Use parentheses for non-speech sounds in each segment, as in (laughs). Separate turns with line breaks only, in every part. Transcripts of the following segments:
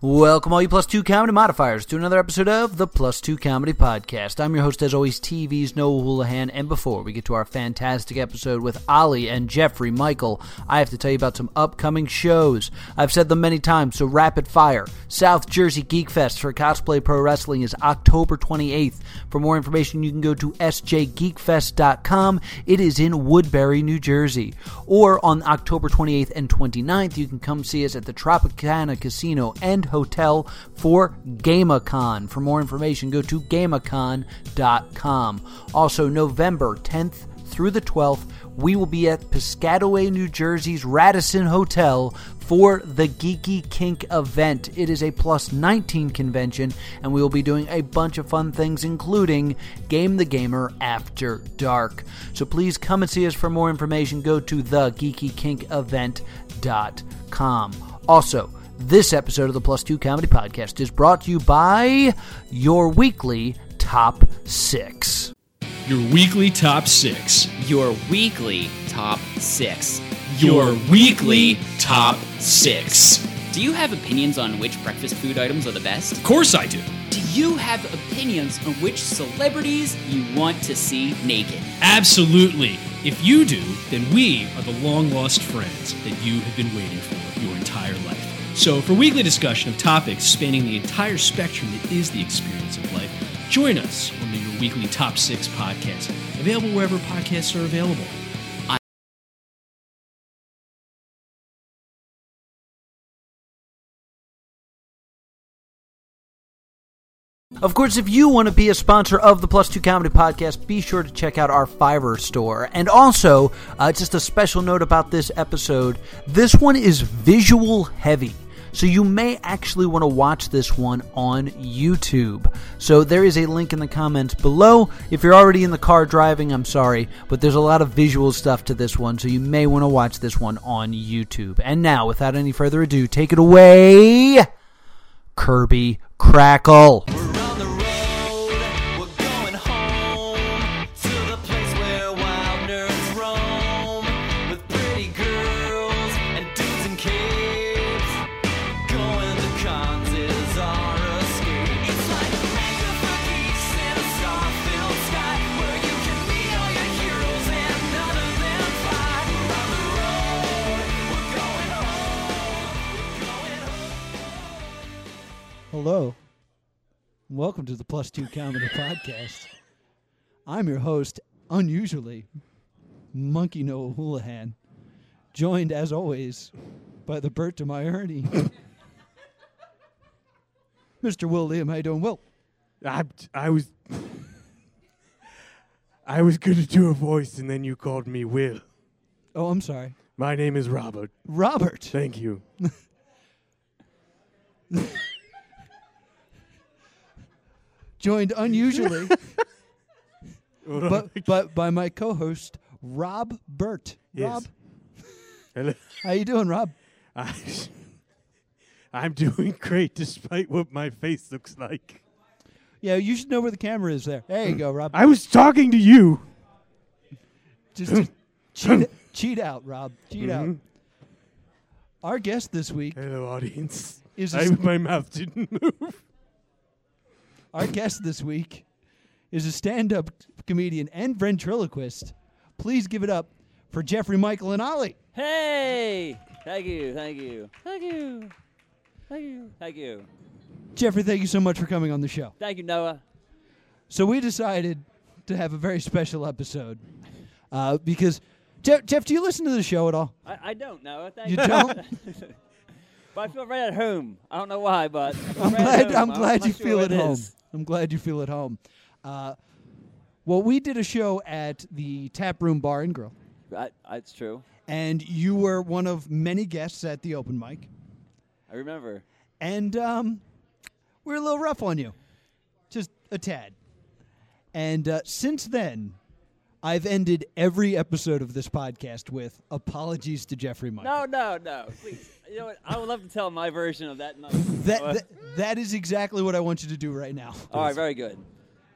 Welcome, all you plus two comedy modifiers, to another episode of the Plus Two Comedy Podcast. I'm your host, as always, TV's Noah Houlihan. And before we get to our fantastic episode with Ollie and Jeffrey Michael, I have to tell you about some upcoming shows. I've said them many times, so rapid fire. South Jersey Geek Fest for Cosplay Pro Wrestling is October 28th. For more information, you can go to sjgeekfest.com. It is in Woodbury, New Jersey. Or on October 28th and 29th, you can come see us at the Tropicana Casino and Hotel for GameCon. For more information, go to GameCon.com. Also, November 10th through the 12th, we will be at Piscataway, New Jersey's Radisson Hotel for the Geeky Kink event. It is a plus 19 convention, and we will be doing a bunch of fun things, including Game the Gamer After Dark. So please come and see us for more information. Go to thegeekykinkevent.com. Also, this episode of the Plus Two Comedy Podcast is brought to you by your weekly top six.
Your weekly top six.
Your weekly top six.
Your weekly top six.
Do you have opinions on which breakfast food items are the best?
Of course I do.
Do you have opinions on which celebrities you want to see naked?
Absolutely. If you do, then we are the long lost friends that you have been waiting for your entire life. So, for weekly discussion of topics spanning the entire spectrum that is the experience of life, join us on the Your Weekly Top Six podcast, available wherever podcasts are available.
Of course, if you want to be a sponsor of the Plus Two Comedy Podcast, be sure to check out our Fiverr store. And also, uh, just a special note about this episode this one is visual heavy. So you may actually want to watch this one on YouTube. So there is a link in the comments below. If you're already in the car driving, I'm sorry, but there's a lot of visual stuff to this one, so you may want to watch this one on YouTube. And now, without any further ado, take it away, Kirby Crackle.
We're on the road, we're going home to the place where wild nerds roam with pretty girls and dudes in capes. Going to cons is our escape. It's like a mecca for geeks in a star-filled sky where you can meet all your heroes and none of them fly. We're on the road, we're going home, we're going home.
Hello. Welcome to the Plus Two Comedy Podcast. I'm your host, unusually, Monkey Noah Houlihan, joined as always by the Bert to my Ernie. (laughs) Mr. Will Liam, how you doing? Will,
I, I was (laughs) I was going to do a voice and then you called me Will.
oh, I'm sorry.
My name is Robert.
Robert,
Thank you.
joined
(laughs)
unusually
Hello.
but, but by my co-host, Rob Burt. Rob,
Yes.
how you doing, Rob?
(laughs) I, I'm doing great despite what my face looks like.
Yeah, you should know where the camera is there. There you go, Rob.
I was talking to you.
Just
(laughs)
cheat, cheat out, Rob. Cheat out.
Mm-hmm.
Our guest this week,
Hello, audience.
Is
I,
this-
my mouth didn't (laughs) move.
our guest this week, is a stand-up comedian and ventriloquist. Please give it up for Jeffrey, Michael, and Ollie.
Hey! Thank you, thank you, thank you, thank you, thank you,
Jeffrey, thank you so much for coming on the show.
thank you, Noah.
So we decided to have a very special episode uh, because Jeff, Jeff, do you listen to the show at all?
I, I don't, Noah. Thank
You don't.
(laughs) But I feel right at home. I don't know
(laughs)
why, but
I'm
right at
glad.
home.
I'm
I'm
glad
not
you
sure
feel
what
at
it
home.
is.
I'm glad you feel at home. Uh, well, we did a show at the Tap Room Bar and Grill,
I, I- it's true.
and you were one of many guests at the open mic,
I remember.
and um, we were a little rough on you, just a tad. And uh, since then, I've ended every episode of this podcast with apologies to Jeffrey Michael.
No, no, no. Please. You know what? I would love to tell my version of that night.
That,
Noah.
that that is exactly what I want you to do right now.
All right, very good.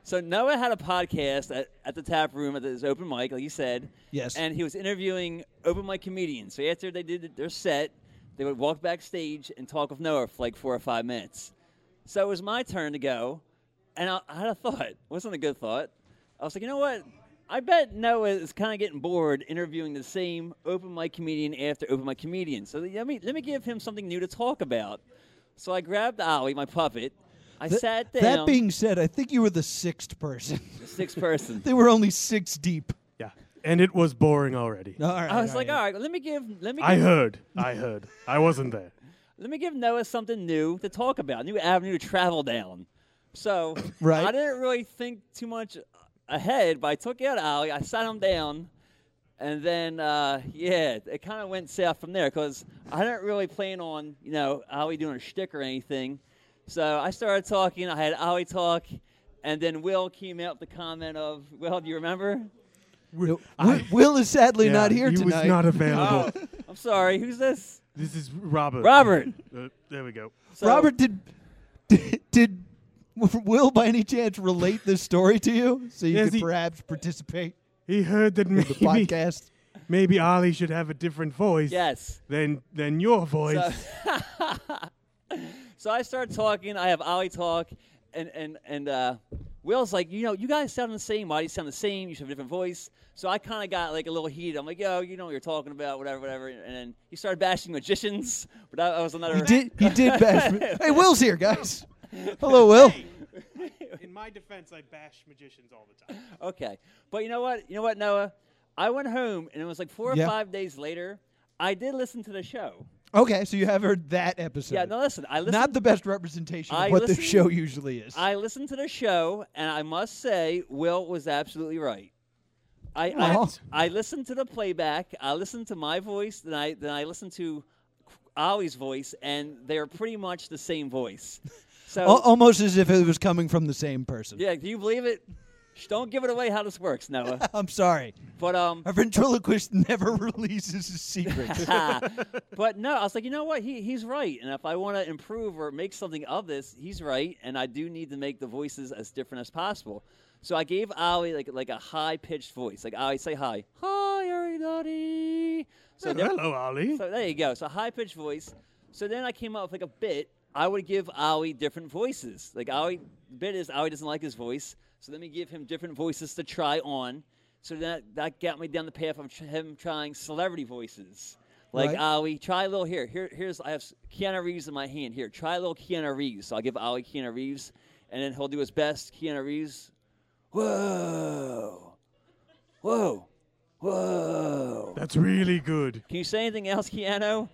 So Noah had a podcast at, at the tap room at his open mic, like you said.
Yes.
And he was interviewing open mic comedians. So after they did their set, They would walk backstage and talk with Noah for like four or five minutes. So it was my turn to go, and I, I had a thought. It wasn't a good thought. I was like, you know what? I bet Noah is kind of getting bored interviewing the same open mic comedian after open mic comedian. So let me let me give him something new to talk about. So I grabbed Ollie, my puppet. I
Th-
sat down.
That being said, I think you were the sixth person. (laughs)
sixth person.
they were only six deep.
Yeah. And it was boring already.
All right,
I was like, "Ah."
right.
all right, let me give let me
I
give-
heard. I heard. I wasn't there.
let me give Noah something new to talk about, a new avenue to travel down. So
(laughs) Right.
I didn't really think too much uh, ahead, but I took out Ali, I sat him down, and then uh, yeah, it kind of went south from there because I didn't really plan on you know Ali doing a shtick or anything. So I started talking. I had Ali talk, and then Will came out with the comment of, "Well, do you remember?"
Wi- Will is sadly
Yeah,
not here
he
tonight.
was not available.
Oh, I'm sorry. Who's this?
This is Robert.
Robert.
Uh, there we go.
So-
Robert, did, (laughs) did did Will by any chance relate this story to you so you
Yes,
could
he-
perhaps participate
(laughs) He heard that
in the
maybe
podcast?
maybe Ollie should have a different voice
Yes.
than than your voice.
So, so I start talking. I have Ollie talk, and and and uh, Will's like, you know, you guys sound the same. Why do you sound the same? You should have a different voice. So I kind of got like a little heated. I'm like, yo, you know what you're talking about, whatever, whatever. And then he started bashing magicians, (laughs) but I, I was another.
He did. He did bash. hey, Will's here, guys. Hello, Will.
(laughs) In my defense, I bash magicians all the time.
(laughs) Okay, but you know what? You know what, Noah? I went home, and it was like four
Yeah.
or five days later. I did listen to the show.
Okay, so you have heard that episode.
Yeah, no, listen, I listened.
not the best representation
I
of what the
listened-
show usually is.
I listened to the show, and I must say, Will was absolutely right. I
Wow.
I, I listened to the playback. I listened to my voice, then I then I listened to Ollie's voice, and they're pretty much the same voice. So
Al- almost as if it was coming from the same person.
yeah, do you believe it? Shh, Don't give it away how this works, Noah.
(laughs) I'm sorry.
But um,
A ventriloquist never (laughs) releases his secrets.
but no, I was like, you know what? He he's right, and if I want to improve or make something of this, he's right, and I do need to make the voices as different as possible. So I gave Ali like like a high pitched voice, like Ali say hi, hi everybody. So there-
Hello, Ollie.
so there you go. So high pitched voice. So then I came up with like a bit. I would give Ali different voices. Like Ali, the bit is Ali doesn't like his voice. So let me give him different voices to try on. So that that got me down the path of tr- him trying celebrity voices. Like
Right.
Ali, try a little here. Here, here's I have s- Keanu Reeves in my hand. Here, try a little Keanu Reeves. So I'll give Ali Keanu Reeves, and then he'll do his best. Keanu Reeves, whoa, whoa, whoa.
That's really good.
Can you say anything else, Keanu?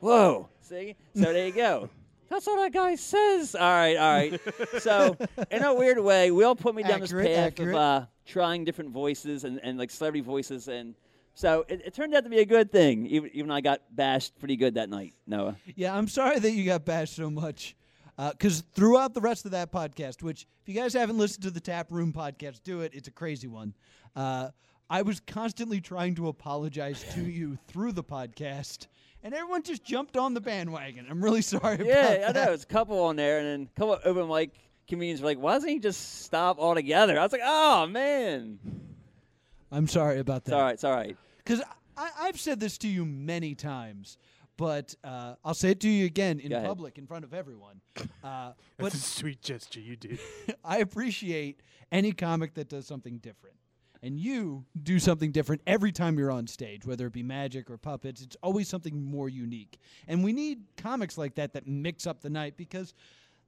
Whoa. See? So there you go. (laughs) That's what that guy says. All right, all right. So, in a weird way, Will put me down
Accurate,
this path
accurate.
of uh, trying different voices and, and like celebrity voices. And so it, it turned out to be a good thing, even, even though I got bashed pretty good that night, (laughs) Noah.
yeah, I'm sorry that you got bashed so much. Because throughout the rest of that podcast, which if you guys haven't listened to the Tap Room podcast, do it. It's a crazy one. Uh, I was constantly trying to apologize to you through the podcast, and everyone just jumped on the bandwagon. I'm really sorry. about
Yeah, I
that.
know. It's a couple on there, and then a couple open mic comedians were like, why doesn't he just stop altogether? I was like, oh, man.
I'm sorry about
It's
that.
all right, it's all right.
Because I've said this to you many times, but uh, I'll say it to you again in
Go ahead.
public in front of everyone. Uh,
That's
but
a sweet gesture you did.
I appreciate any comic that does something different. And you do something different every time you're on stage, whether it be magic or puppets. It's always something more unique. And we need comics like that that mix up the night because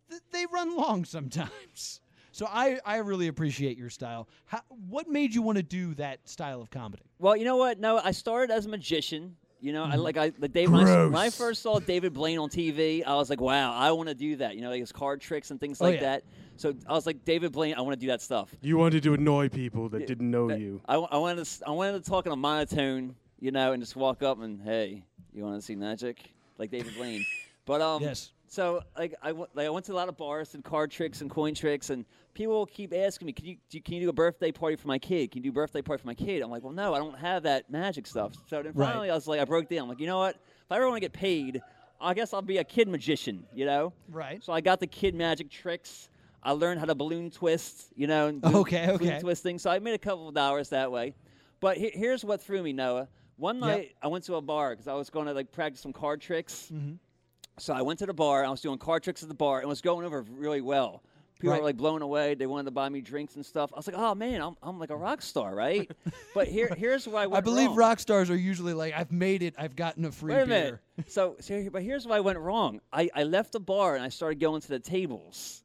th- they run long (laughs) sometimes. So I, I really appreciate your style. How, what made you want to do that style of comedy?
Well, you know what? No, I started as a magician. You know,
Mm-hmm.
I like I like Dave. When I,
Gross.
when I first saw David Blaine on TV, I was like, wow, I want to do that. You know, like his card tricks and things
Oh,
like
yeah.
that. So I was like, David Blaine, I want to do that stuff.
You wanted to annoy people that didn't know
But
you.
I, wa- I wanted to s- I wanted to talk in a monotone, you know, and just walk up and hey, you want to see magic like David
(laughs)
Blaine? But um,
Yes.
So like I went- like I went to a lot of bars and card tricks and coin tricks, and people keep asking me, can you do, can you do a birthday party for my kid? Can you do a birthday party for my kid? I'm like, well, no, I don't have that magic stuff. So then
Right.
finally, I was like, I broke down. I'm like, you know what? If I ever want to get paid, I guess I'll be a kid magician, you know?
Right.
So I got the kid magic tricks. I learned how to balloon twist, you know, and do
Okay,
balloon
okay.
twist thing. So I made a couple of dollars that way. But he- here's what threw me, Noah, One
Yep.
night I went to a bar because I was going to like practice some card tricks.
Mm-hmm.
So I went to the bar. I was doing card tricks at the bar and was going over really well. People
Right.
were like blown away. They wanted to buy me drinks and stuff. I was like, "Oh man, I'm, I'm like a rock star,
(laughs)
right?" but here here's why I went
I believe
wrong.
rock stars are usually like, I've made it. I've gotten a free
Wait a
beer. (laughs)
minute. So, so here- but here's why I went wrong. I, I left the bar and I started going to the tables.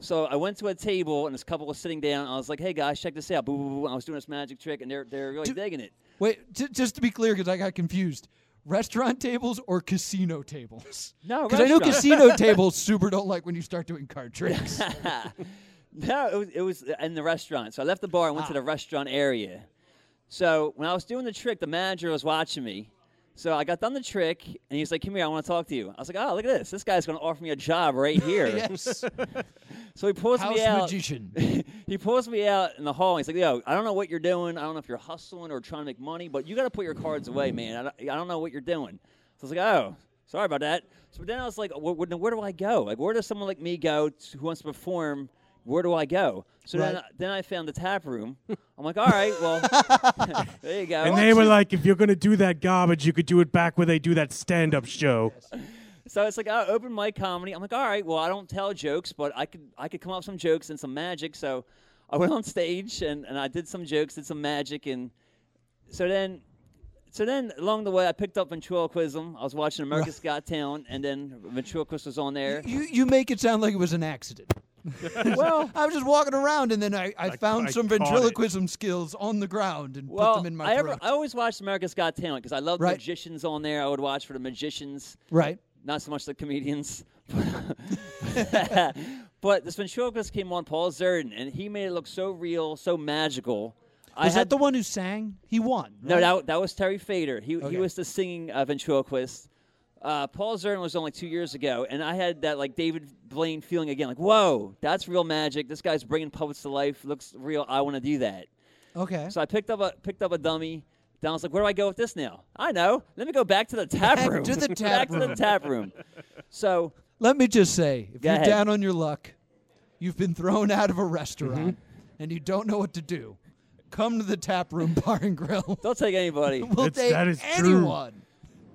So I went to a table and this couple was sitting down. I was like, "Hey guys, check this out!" Boo, boo, boo. I was doing this magic trick and they're they're really
Do-
digging it.
Wait, j- just to be clear, because I got confused. Restaurant tables or casino
(laughs)
tables?
No,
because I know
Oh, restaurant.
(laughs)
(laughs)
casino tables super don't like when you start doing card tricks.
no, it was, it was in the restaurant. So I left the bar and went to
Ah.
the restaurant area. So when I was doing the trick, the manager was watching me. So I got done the trick, and he's like, "Come here, I want to talk to you." I was like, "Oh, look at this! This guy's going to offer me a
(laughs)
job right here."
yes,
So he pulls
house
me out.
magician.
(laughs) he pulls me out in the hall. And he's like, "Yo, I don't know what you're doing. I don't know if you're hustling or trying to make money, but you got to put your cards away, man. I don't, I don't know what you're doing." So I was like, "Oh, sorry about that." So then I was like, where, where, "Where do I go? Like, where does someone like me go t- who wants to perform? Where do I go?" So then,
Right.
then I found the tap room. I'm like, "All right, well, (laughs) there you go."
And they were like, if you're going to do that garbage, you could do it back where they do that stand up show.
So it's like oh, open mic comedy. I'm like, all right, well, I don't tell jokes, but I could I could come up with some jokes and some magic. So I went on stage and, and I did some jokes, did some magic, and so then so then along the way I picked up ventriloquism. I was watching America's Got Talent, and then ventriloquist was on there.
you you make it sound like it was an accident.
(laughs)
(laughs)
well,
I was just walking around and then I, I,
I-
found
I
some
caught it.
ventriloquism skills on the ground and
well,
put them in my throat.
I, ever, I always watched America's Got Talent because I loved
Right.
magicians on there. I would watch for the magicians.
right.
not so much
(laughs)
the comedians. (laughs) but this ventriloquist came on Paul Zerdin, and he made it look so real, so magical. I
Was
had-
that the one who sang? He won.
No,
right?
that, that was Terry Fader. He,
Okay.
he was the singing uh, ventriloquist. Uh, Paul Zerdin was on like two years ago, and I had that like David Blaine feeling again, like whoa, that's real magic. This guy's bringing puppets to life. Looks real. I want to do that.
Okay.
So I picked up a picked up a dummy. Then I was like, where do I go with this now? I know. Let me go back to the tap
Back
room.
to
(laughs)
the tap
back to the
room.
tap room. So
Let me just say, if
Go
you're
ahead.
down on your luck, you've been thrown out of a restaurant,
Mm-hmm.
and you don't know what to do, come to the tap room (laughs) bar and grill.
Don't take anybody.
we'll
That's-
take
that is true.
anyone.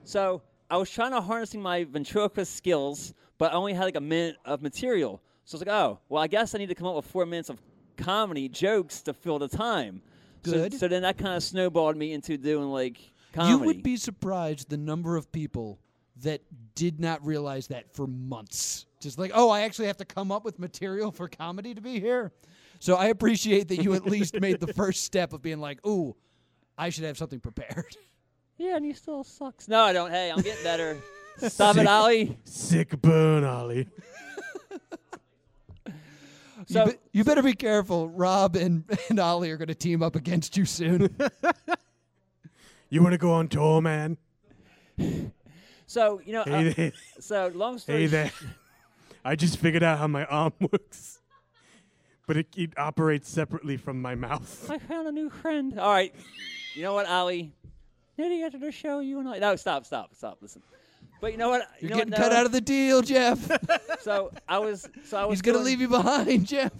so I was trying to harnessing my ventriloquist skills, but I only had like a minute of material. So I was like, oh, well, I guess I need to come up with four minutes of comedy jokes to fill the time. So-
Good.
So, then that kind of snowballed me into doing like comedy.
You would be surprised the number of people that did not realize that for months. Just like, oh, I actually have to come up with material for comedy to be here. So I appreciate that you
(laughs)
at least made the first step of being like, ooh, I should have something prepared. (laughs)
yeah, and you still sucks. No, I don't. Hey, I'm
(laughs)
getting better. Stop it, Ollie.
Sick burn, Ollie.
So-
you, be- you better be careful. Rob and, (laughs) and Ollie are going to team up against you soon.
You want to go on tour, man?
So you know.
Hey
uh,
there.
so long story.
Hey
sh-
there. I just figured out how my arm (laughs) works, but it, it operates separately from my mouth.
I found a new friend. All right. You know what, Ollie? Maybe after the show, you and I. No, stop, stop, stop. Listen. But you know what?
You're getting cut out of the deal, Jeff.
(laughs) So I was. So I was.
He's going to
doing-
leave you behind, (laughs) Jeff.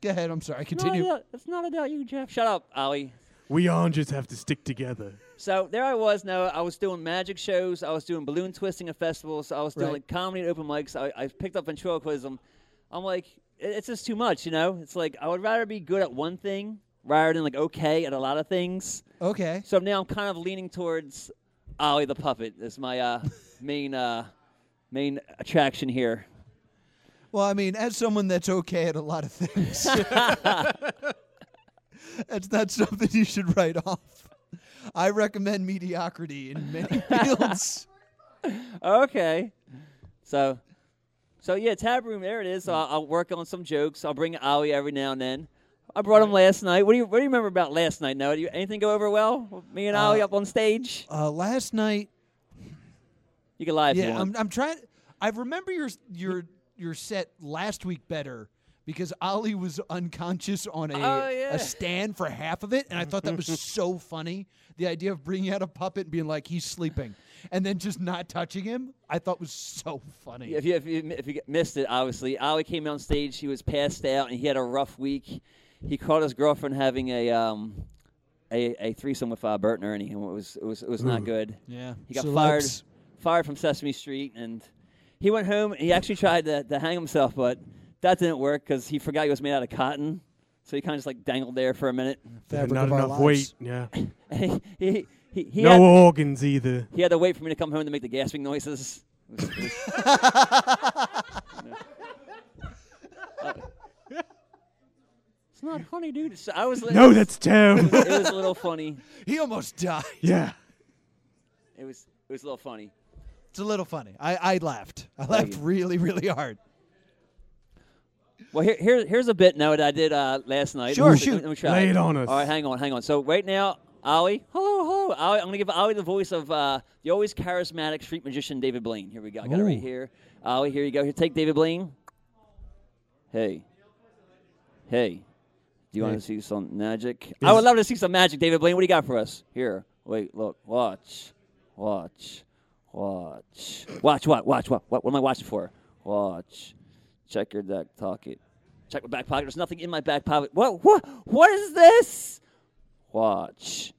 Go ahead. I'm sorry.
It's not
Continue.
about- It's not about you, Jeff. Shut up, Ollie.
We oranges have to stick together.
So there I was. Now I was doing magic shows. I was doing balloon twisting at festivals. I was doing
Right.
like comedy at open mics. I, I picked up ventriloquism. I'm like, it- it's just too much, you know. It's like I would rather be good at one thing rather than like okay at a lot of things.
Okay.
So now I'm kind of leaning towards Ollie the puppet as my uh, main uh, main attraction here.
Well, I mean, as someone that's okay at a lot of
(laughs)
things, that's not something you should write off. I recommend mediocrity in
(laughs)
many fields.
Okay, so so yeah, tap room. There it is. So I'll, I'll work on some jokes. I'll bring Ollie every now and then. I brought him last night. What do you What do you remember about last night? No, do you, anything go over well? with Me and Ollie up on stage.
Uh, last night,
You can lie if you
yeah,
want.
I'm, I'm trying. I remember your your your set last week better because Ollie was unconscious on a,
Oh, yeah.
a stand for half of it, and I thought that was (laughs) so funny. The idea of bringing out a puppet and being like he's sleeping, and then just not touching him, I thought was so funny.
if you, if you if you missed it, obviously, Ollie came on stage. He was passed out, and he had a rough week. He caught his girlfriend having a um, a, a threesome with uh, Bob Burton or anything. It was it was it was not good.
Yeah.
He got
Celebs.
fired fired from Sesame Street, and he went home. He actually tried to, to hang himself, but that didn't work because he forgot he was made out of cotton. So he kind of just like dangled there for a minute. (laughs)
Fabric
not
of our
enough
lives.
weight.
(clears throat)
Yeah.
And he he he, he,
no
had,
organs either.
he had to wait for me to come home to make the gasping noises. It was- it was-
(laughs)
it's not funny, dude. So I was
No, that's
(laughs)
terrible.
it was a little funny.
He almost (laughs) died.
(laughs) yeah.
It was it was a little funny.
It's a little funny. I, I laughed. I laughed
you.
really, really hard.
Well, here, here here's a bit now that I did uh, last night.
Sure,
Let me-
shoot.
Let me try
Lay it on us.
All right, hang on, hang on. So right now, Ollie, hello, hello. Ollie, I'm gonna give Ollie the voice of uh, the always charismatic street magician David Blaine. Here we go. I got it right
Ooh.
here. Ollie, here you go. Here, take David Blaine. Hey, hey, do you want to see some magic? I would love to see some magic, David Blaine. What do you got for us? Here, wait, look, watch, watch, watch, watch. What? Watch what? What? What am I watching for? Watch. Check your deck pocket. Check my back pocket. There's nothing in my back pocket. What? What? What is this? Watch.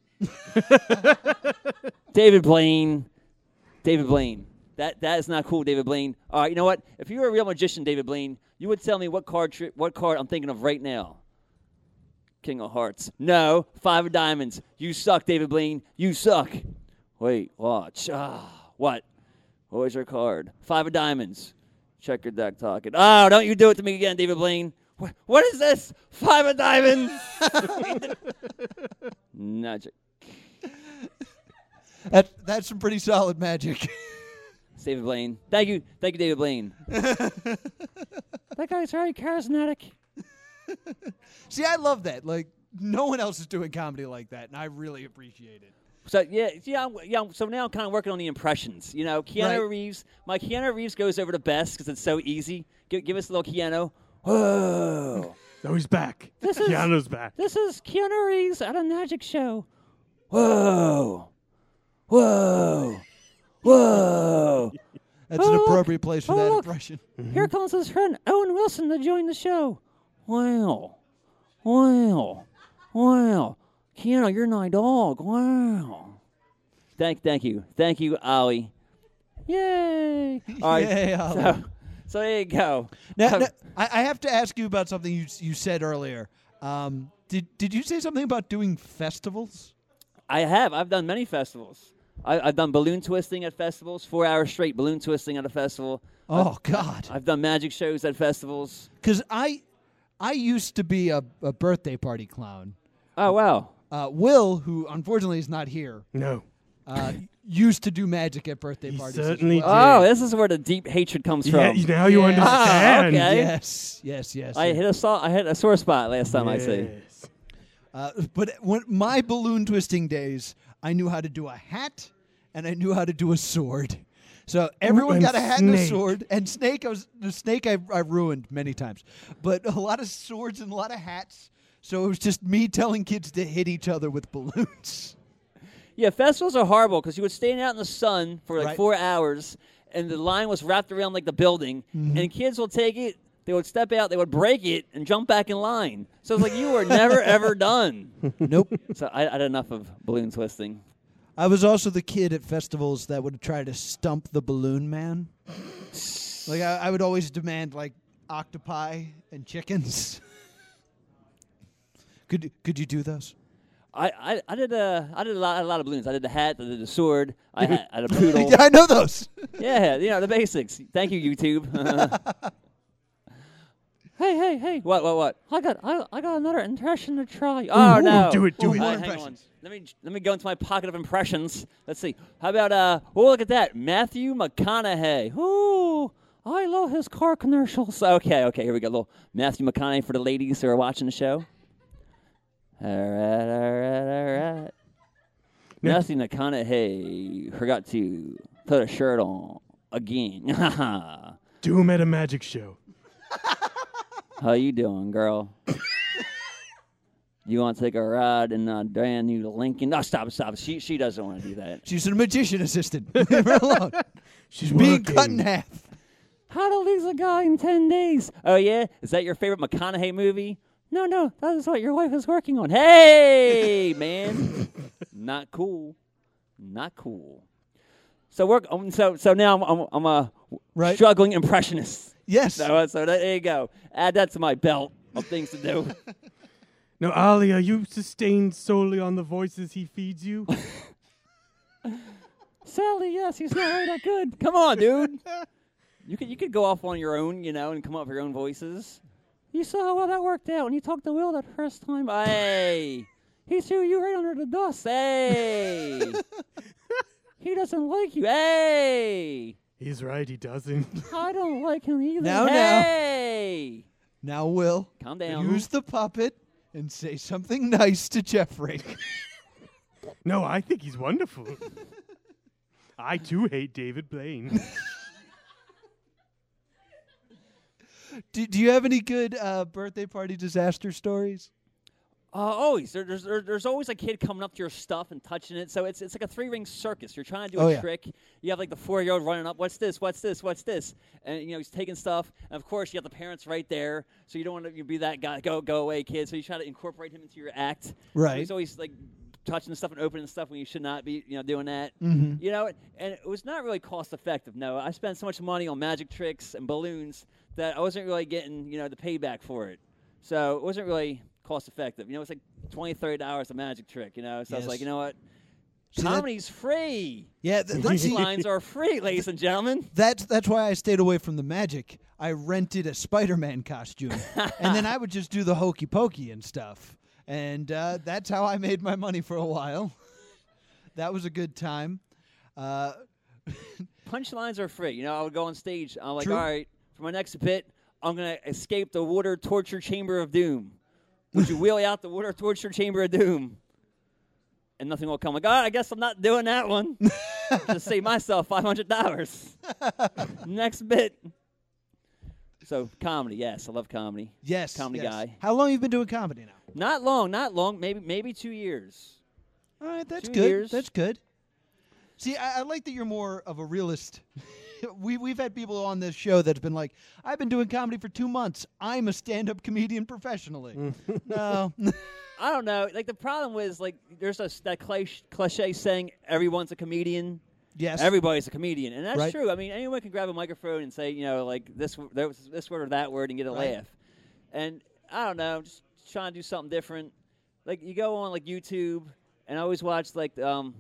David Blaine. David Blaine. That that is not cool, David Blaine. All right, you know what? If you were a real magician, David Blaine, you would tell me what card tri- what card I'm thinking of right now. King of Hearts. No, Five of Diamonds. You suck, David Blaine. You suck. Wait, watch. Ah, what? What was your card? Five of Diamonds. Check your deck pocket. Oh, don't you do it to me again, David Blaine. What, what is this? Five of Diamonds. Magic.
That, that's some pretty solid magic. (laughs)
David Blaine. Thank you. Thank you, David Blaine. that guy's very charismatic.
See, I love that. Like, no one else is doing comedy like that, and I really appreciate it.
So yeah, yeah, I'm- yeah. I'm- So now I'm kind of working on the impressions. You know, Keanu
Right.
Reeves. My Keanu Reeves goes over to best because it's so easy. Give, give us a little Keanu. Whoa!
No, he's back.
This is-
Keanu's back.
this is Keanu Reeves at a magic show. Whoa! Whoa! Whoa!
That's
Oh,
an
look.
appropriate place for
Oh,
that
look.
impression.
Here comes his friend Owen Wilson to join the show. Wow. Wow. Wow. Keanu, you're my dog. Wow. Thank thank you. Thank you, Ollie. Yay. All right.
Yay, Ollie.
So, so there you go.
Now,
Um,
now, I, I have to ask you about something you, s- you said earlier. Um, did, did you say something about doing festivals?
I have. I've done many festivals. I, I've done balloon twisting at festivals, four hours straight balloon twisting at a festival.
Oh, God.
I've done magic shows at festivals.
Because I, I used to be a, a birthday party clown.
Oh, wow.
Uh, Will, who unfortunately is not here,
No.
uh, used to do magic at birthday
He
parties. as
certainly
well.
Oh,
did.
this is where the deep hatred comes from.
Yeah, you- now you
Yeah.
understand.
Ah, okay.
Yes, yes, yes.
I
yes.
hit a saw, I hit a sore spot last time I see.
Yes.
Uh, but when my balloon twisting days, I knew how to do a hat and I knew how to do a sword. So everyone
and
got a hat and a
snake.
sword. And snake, I was the snake I, I ruined many times, but a lot of swords and a lot of hats. So it was just me telling kids to hit each other with balloons.
Yeah, festivals are horrible because you would stand out in the sun for like
Right.
four hours, and the line was wrapped around like the building,
Mm-hmm.
and kids will take it. They would step out, they would break it, and jump back in line. So it's like you were never
(laughs)
ever done.
nope.
So I, I had enough of balloon twisting.
(laughs) I was also the kid at festivals that would try to stump the balloon man. like I, I would always demand like octopi and chickens. (laughs) could could you do those?
I, I, I did a I did a lot, a lot of balloons. I did the hat, I did the sword,
(laughs)
I had, I had a poodle.
I know those.
yeah, you know the basics. Thank you, YouTube.
(laughs)
(laughs) hey, hey, hey! What, what, what? I got, I, I got another impression to try. Oh
ooh,
no!
do it, do
All
it.
right,
More
hang on.
impressions.
Let me, let me go into my pocket of impressions. Let's see. How about uh? Oh, look at that, Matthew McConaughey. Ooh, I love his car commercials. Okay, okay, here we go. little Matthew McConaughey for the ladies who are watching the show. All right, all right, all right. Matthew McConaughey forgot to put a shirt on again. (laughs) How
Do him at a magic show.
you doing, girl? you want to take a ride in a brand new Lincoln? No, stop, stop. She she doesn't want to do that.
She's a magician assistant. (laughs) Leave her alone.
She's
Being
working.
cut in half.
How to lose a guy in ten days? Oh yeah, is that your favorite McConaughey movie? No, no, that is what your wife is working on. Hey, (laughs) man, not cool, not cool. So we're um, so so now I'm I'm, I'm a
Right.
struggling impressionist.
Yes.
So uh, so that, there you go. Add that to my belt of things
(laughs)
to do.
Now, Ali, are you sustained solely on the voices he feeds
(laughs)
you?
Sally, yes, he's not really that good. Come on, dude. You could you could go off on your own, you know, and come up with your own voices. You saw how well that worked out when you talked to Will that first time. Hey, he threw you right under the bus. Hey, he doesn't like you. Hey,
He's right, he doesn't. (laughs)
I don't like him either.
Now, now.
hey,
Now, Will,
calm down.
use the puppet and say something nice to Jeffrey. (laughs)
No, I think he's wonderful. I too hate David Blaine.
do, do you have any good uh, birthday party disaster stories?
Uh, always there, there's there, there's always a kid coming up to your stuff and touching it. So it's it's like a three ring circus. You're trying to do
Oh,
a
yeah.
trick. You have like the four year old running up. What's this? What's this? What's this? And you know he's taking stuff. And of course you have the parents right there. So you don't want to be that guy. Go go away, kid. So you try to incorporate him into your act. So
Right.
he's always like touching stuff and opening stuff when you should not be you know doing that.
Mm-hmm.
You know, and it was not really cost effective. No, I spent so much money on magic tricks and balloons that I wasn't really getting you know the payback for it. So it wasn't really cost effective. You know, it's like twenty, thirty dollars a magic trick. You know, so I was
Yes.
like, you know what,
See, that-
comedy's free.
Yeah, th- (laughs) that's the-
Punchlines are free, ladies and gentlemen.
That's that's why I stayed away from the magic. I rented a Spider-Man
(laughs)
costume, and then I would just do the hokey pokey and stuff. And uh, that's how I made my money for a while. (laughs) that was a good time. Uh,
Punchlines are free. You know, I would go on stage. I'm like,
True.
all right, for my next bit, I'm gonna escape the water torture chamber of doom. Would
(laughs)
you wheel out the water torture chamber of doom? And nothing will come. Like, all right, I guess I'm not doing that one. Just save myself five
(laughs)
hundred dollars. next bit. So comedy, yes, I love comedy.
yes,
comedy
yes.
guy.
How long you been doing comedy now?
Not long, not long. Maybe maybe two years.
All right, that's
Two
good.
years.
That's good. See, I, I like that you're more of a realist. (laughs) we we've had people on this show that's been like, I've been doing comedy for two months. I'm a stand-up comedian professionally.
Mm. (laughs)
no, (laughs)
I don't know. Like the problem was like there's a, that cliche, cliche saying everyone's a comedian.
yes,
Everybody's a comedian, and that's
Right.
true. I mean, anyone can grab a microphone and say, you know, like this, w- there was this word or that word, and get a
Right.
laugh. And I don't know, just trying to do something different. Like you go on like YouTube, and I always watch like um,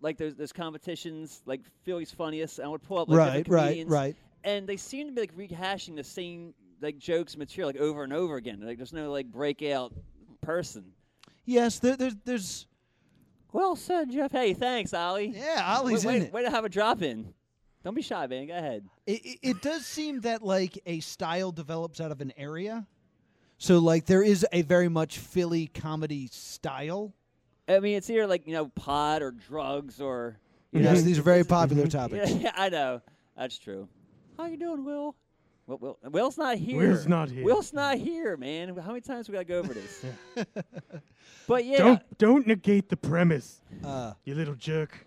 like there's there's competitions like Philly's funniest. And I would pull up like different
right, right,
comedians,
right.
and they seem to be like rehashing the same like jokes and material like over and over again. Like there's no like breakout person.
Yes, there, there's, there's.
Well said, Jeff. Hey, thanks, Ollie.
Yeah, Ollie's
wait,
in
wait,
it.
Way to have a drop in. Don't be shy, man. Go ahead.
It, it- it does seem that like a style develops out of an area, so like there is a very much Philly comedy style.
I mean, it's either like you know pot or drugs or you know.
Yes,
(laughs)
these are very popular
Mm-hmm. Yeah,
topics.
I know that's true. How you doing, Will? Will, Will Will's not here.
Will's not here.
Will's not here, man. How many times we gotta go over this? but (laughs) yeah,
Don't don't negate the premise,
Uh,
you little jerk.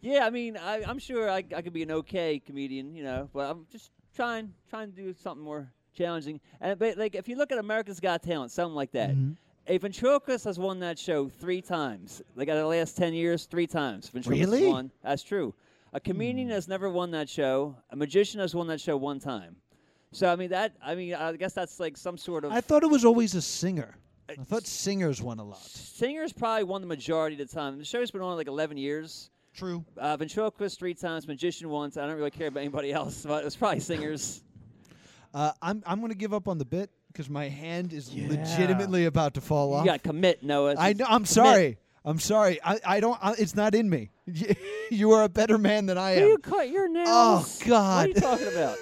yeah. I mean, I, I'm sure I, I could be an okay comedian, you know, but I'm just trying trying to do something more challenging. And but like if you look at America's Got Talent, something like that.
Mm-hmm.
A ventriloquist has won that show three times. Like out of the last ten years, three times. Ventriloquist
Really? Mm.
Won. That's true. A comedian has never won that show. A magician has won that show one time. So I mean that. I mean I guess that's like some sort of
I thought it was always a singer.
Uh,
I thought singers won a lot.
singers probably won the majority of the time. The show's been on like eleven years.
True.
Uh, ventriloquist three times, magician once. I don't really care about anybody else, but it was probably singers.
Uh, I'm I'm gonna give up on the bit because my hand is
Yeah.
legitimately about to fall
you
off.
got to commit, Noah.
I know. I'm
Commit.
sorry. I'm sorry. I, I don't. I, it's not in me. (laughs) you are a better man than I am.
You cut your nails. What
Oh, God.
are you talking about?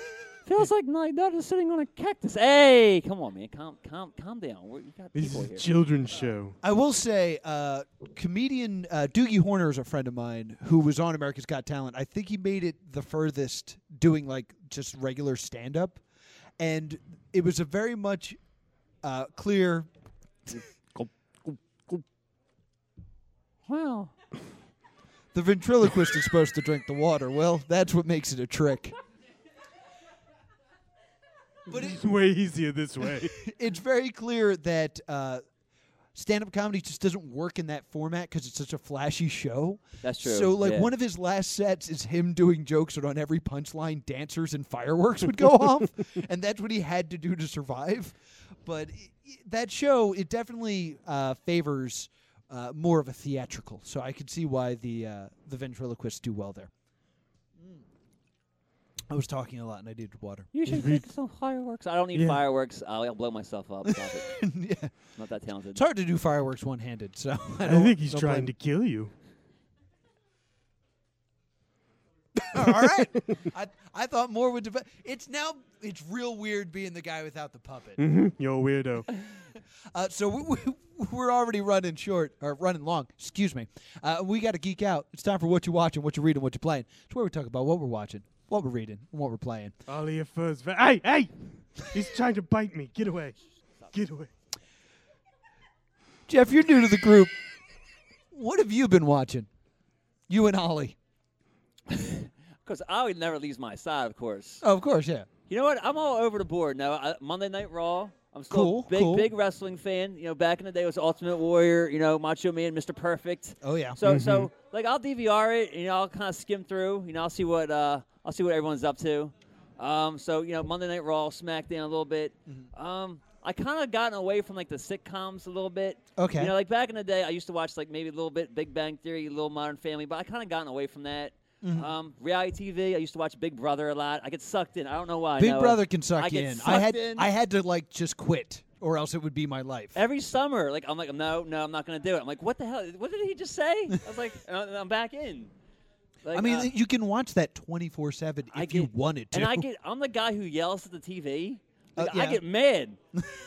Feels like my dad is sitting on a cactus. Hey, come on, man. Calm, calm, calm down. We're, you got
This
people
is a
here. Uh,
children's show. (laughs)
I will say, uh, comedian uh, Doogie Horner is a friend of mine who was on America's Got Talent. I think he made it the furthest doing like just regular stand up. And it was a very much uh, clear.
wow.
The ventriloquist is supposed to drink the water. Well, that's what makes it a trick.
But it,
It's way easier
(laughs)
this way.
it's very clear that uh, stand-up comedy just doesn't work in that format because it's such a flashy show.
That's true,
So, like
yeah.
one of his last sets is him doing jokes that on every punchline, dancers and fireworks would
(laughs)
go off, and that's what he had to do to survive. But i- i- that show, it definitely uh, favors uh, more of a theatrical. So I could see why the uh, the ventriloquists do well there. Mm. I was talking a lot and I needed water.
You should get some fireworks. I don't need
Yeah.
fireworks. I'll, I'll blow myself up. Stop it.
(laughs) yeah.
I'm not that talented.
It's hard to do fireworks one-handed, so (laughs) I,
I
don't-
think he's
don't
trying to
blame-
kill you.
(laughs) All right, I, I thought more would. Deve- it's now it's real weird being the guy without the puppet.
You're a weirdo.
(laughs)
Uh, so we, we, (laughs) we're already running short or running long. Excuse me. Uh, we got to geek out. It's time for what you're watching, what you're reading, what you're playing. It's where we talk about what we're watching, what we're reading, and what we're playing.
Ollie at first. Va- hey, hey! He's trying to bite me. Get away. Get away.
Jeff, you're new to the group. what have you been watching? You and Ollie.
Because I would never leaves my side, of course.
Oh, of course, yeah.
You know what? I'm all over the board now. I, Monday Night Raw. I'm still
Cool,
a big,
cool.
big wrestling fan. You know, back in the day it was Ultimate Warrior. You know, Macho Man, Mr. Perfect.
Oh, yeah.
So, so like I'll DVR it. You know, I'll kind of skim through. You know, I'll see what uh, I'll see what everyone's up to. Um, so you know, Monday Night Raw, SmackDown a little bit.
Mm-hmm.
Um, I kind of gotten away from like the sitcoms a little bit.
Okay.
You know, like back in the day, I used to watch like maybe a little bit Big Bang Theory, a little Modern Family, but I kind of gotten away from that.
Mm-hmm.
Um, reality TV. I used to watch Big Brother a lot. I get sucked in. I don't know why.
Big
Noah.
Brother can suck
I
you
get
in.
Sucked
I had
in.
I had to like just quit, or else it would be my life.
every summer. Like I'm like no, no, I'm not gonna do it. I'm like what the hell? What did he just say? I was
(laughs)
like, and I'm I'm back in. Like,
I mean,
uh,
you can watch that 24 7 if
I
you
get-
wanted to.
And I get, I'm the guy who yells at the TV.
Uh,
Like, I
yeah. (laughs)
get mad.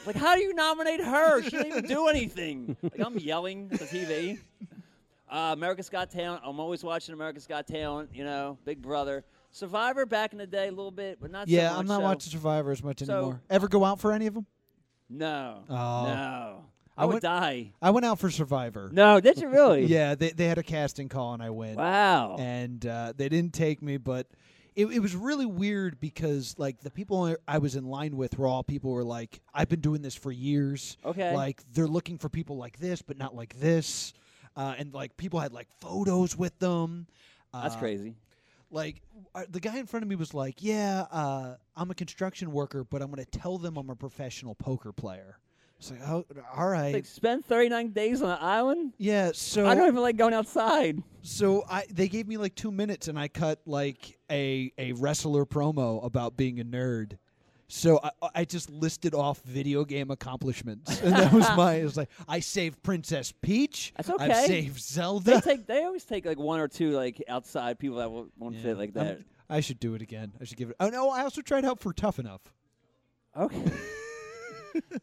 like, how do you nominate her? She didn't even do anything. Like, I'm yelling at
(laughs)
the TV. Uh, America's Got Talent. I'm always watching America's Got Talent. You know, Big Brother, Survivor back in the day a little bit, but not.
(laughs)
so
yeah,
much,
I'm not
so-
watching Survivor as much
So-
anymore. Ever go out for any of them?
No,
Oh.
no, I,
I
would
went-
die.
I went out for Survivor.
No, did you
(laughs)
really?
Yeah, they, they had a casting call and I went.
Wow.
And uh, they didn't take me, but it, it was really weird because, like, the people I- I was in line with were all people who were like, I've been doing this for years.
Okay.
Like, they're looking for people like this, but not like this. Uh, and, like, people had, like, photos with them. Uh,
That's crazy.
like uh, the guy in front of me was like, "Yeah, uh, I'm a construction worker, but I'm going to tell them I'm a professional poker player." It's like, "Oh, all right,
Like spend 39 days on an island.
yeah." So
I don't even like
(laughs)
going outside.
so I they gave me like two minutes, and I cut like a a wrestler promo about being a nerd. So I, I just listed off video game accomplishments, and that was my. It was like I saved Princess Peach.
That's
I
okay.
saved Zelda.
they take. They always take like one or two like outside people that won't, won't fit like
I'm-
that.
I should do it again. I should give it. Oh no! I also tried out for Tough Enough.
Okay.
(laughs)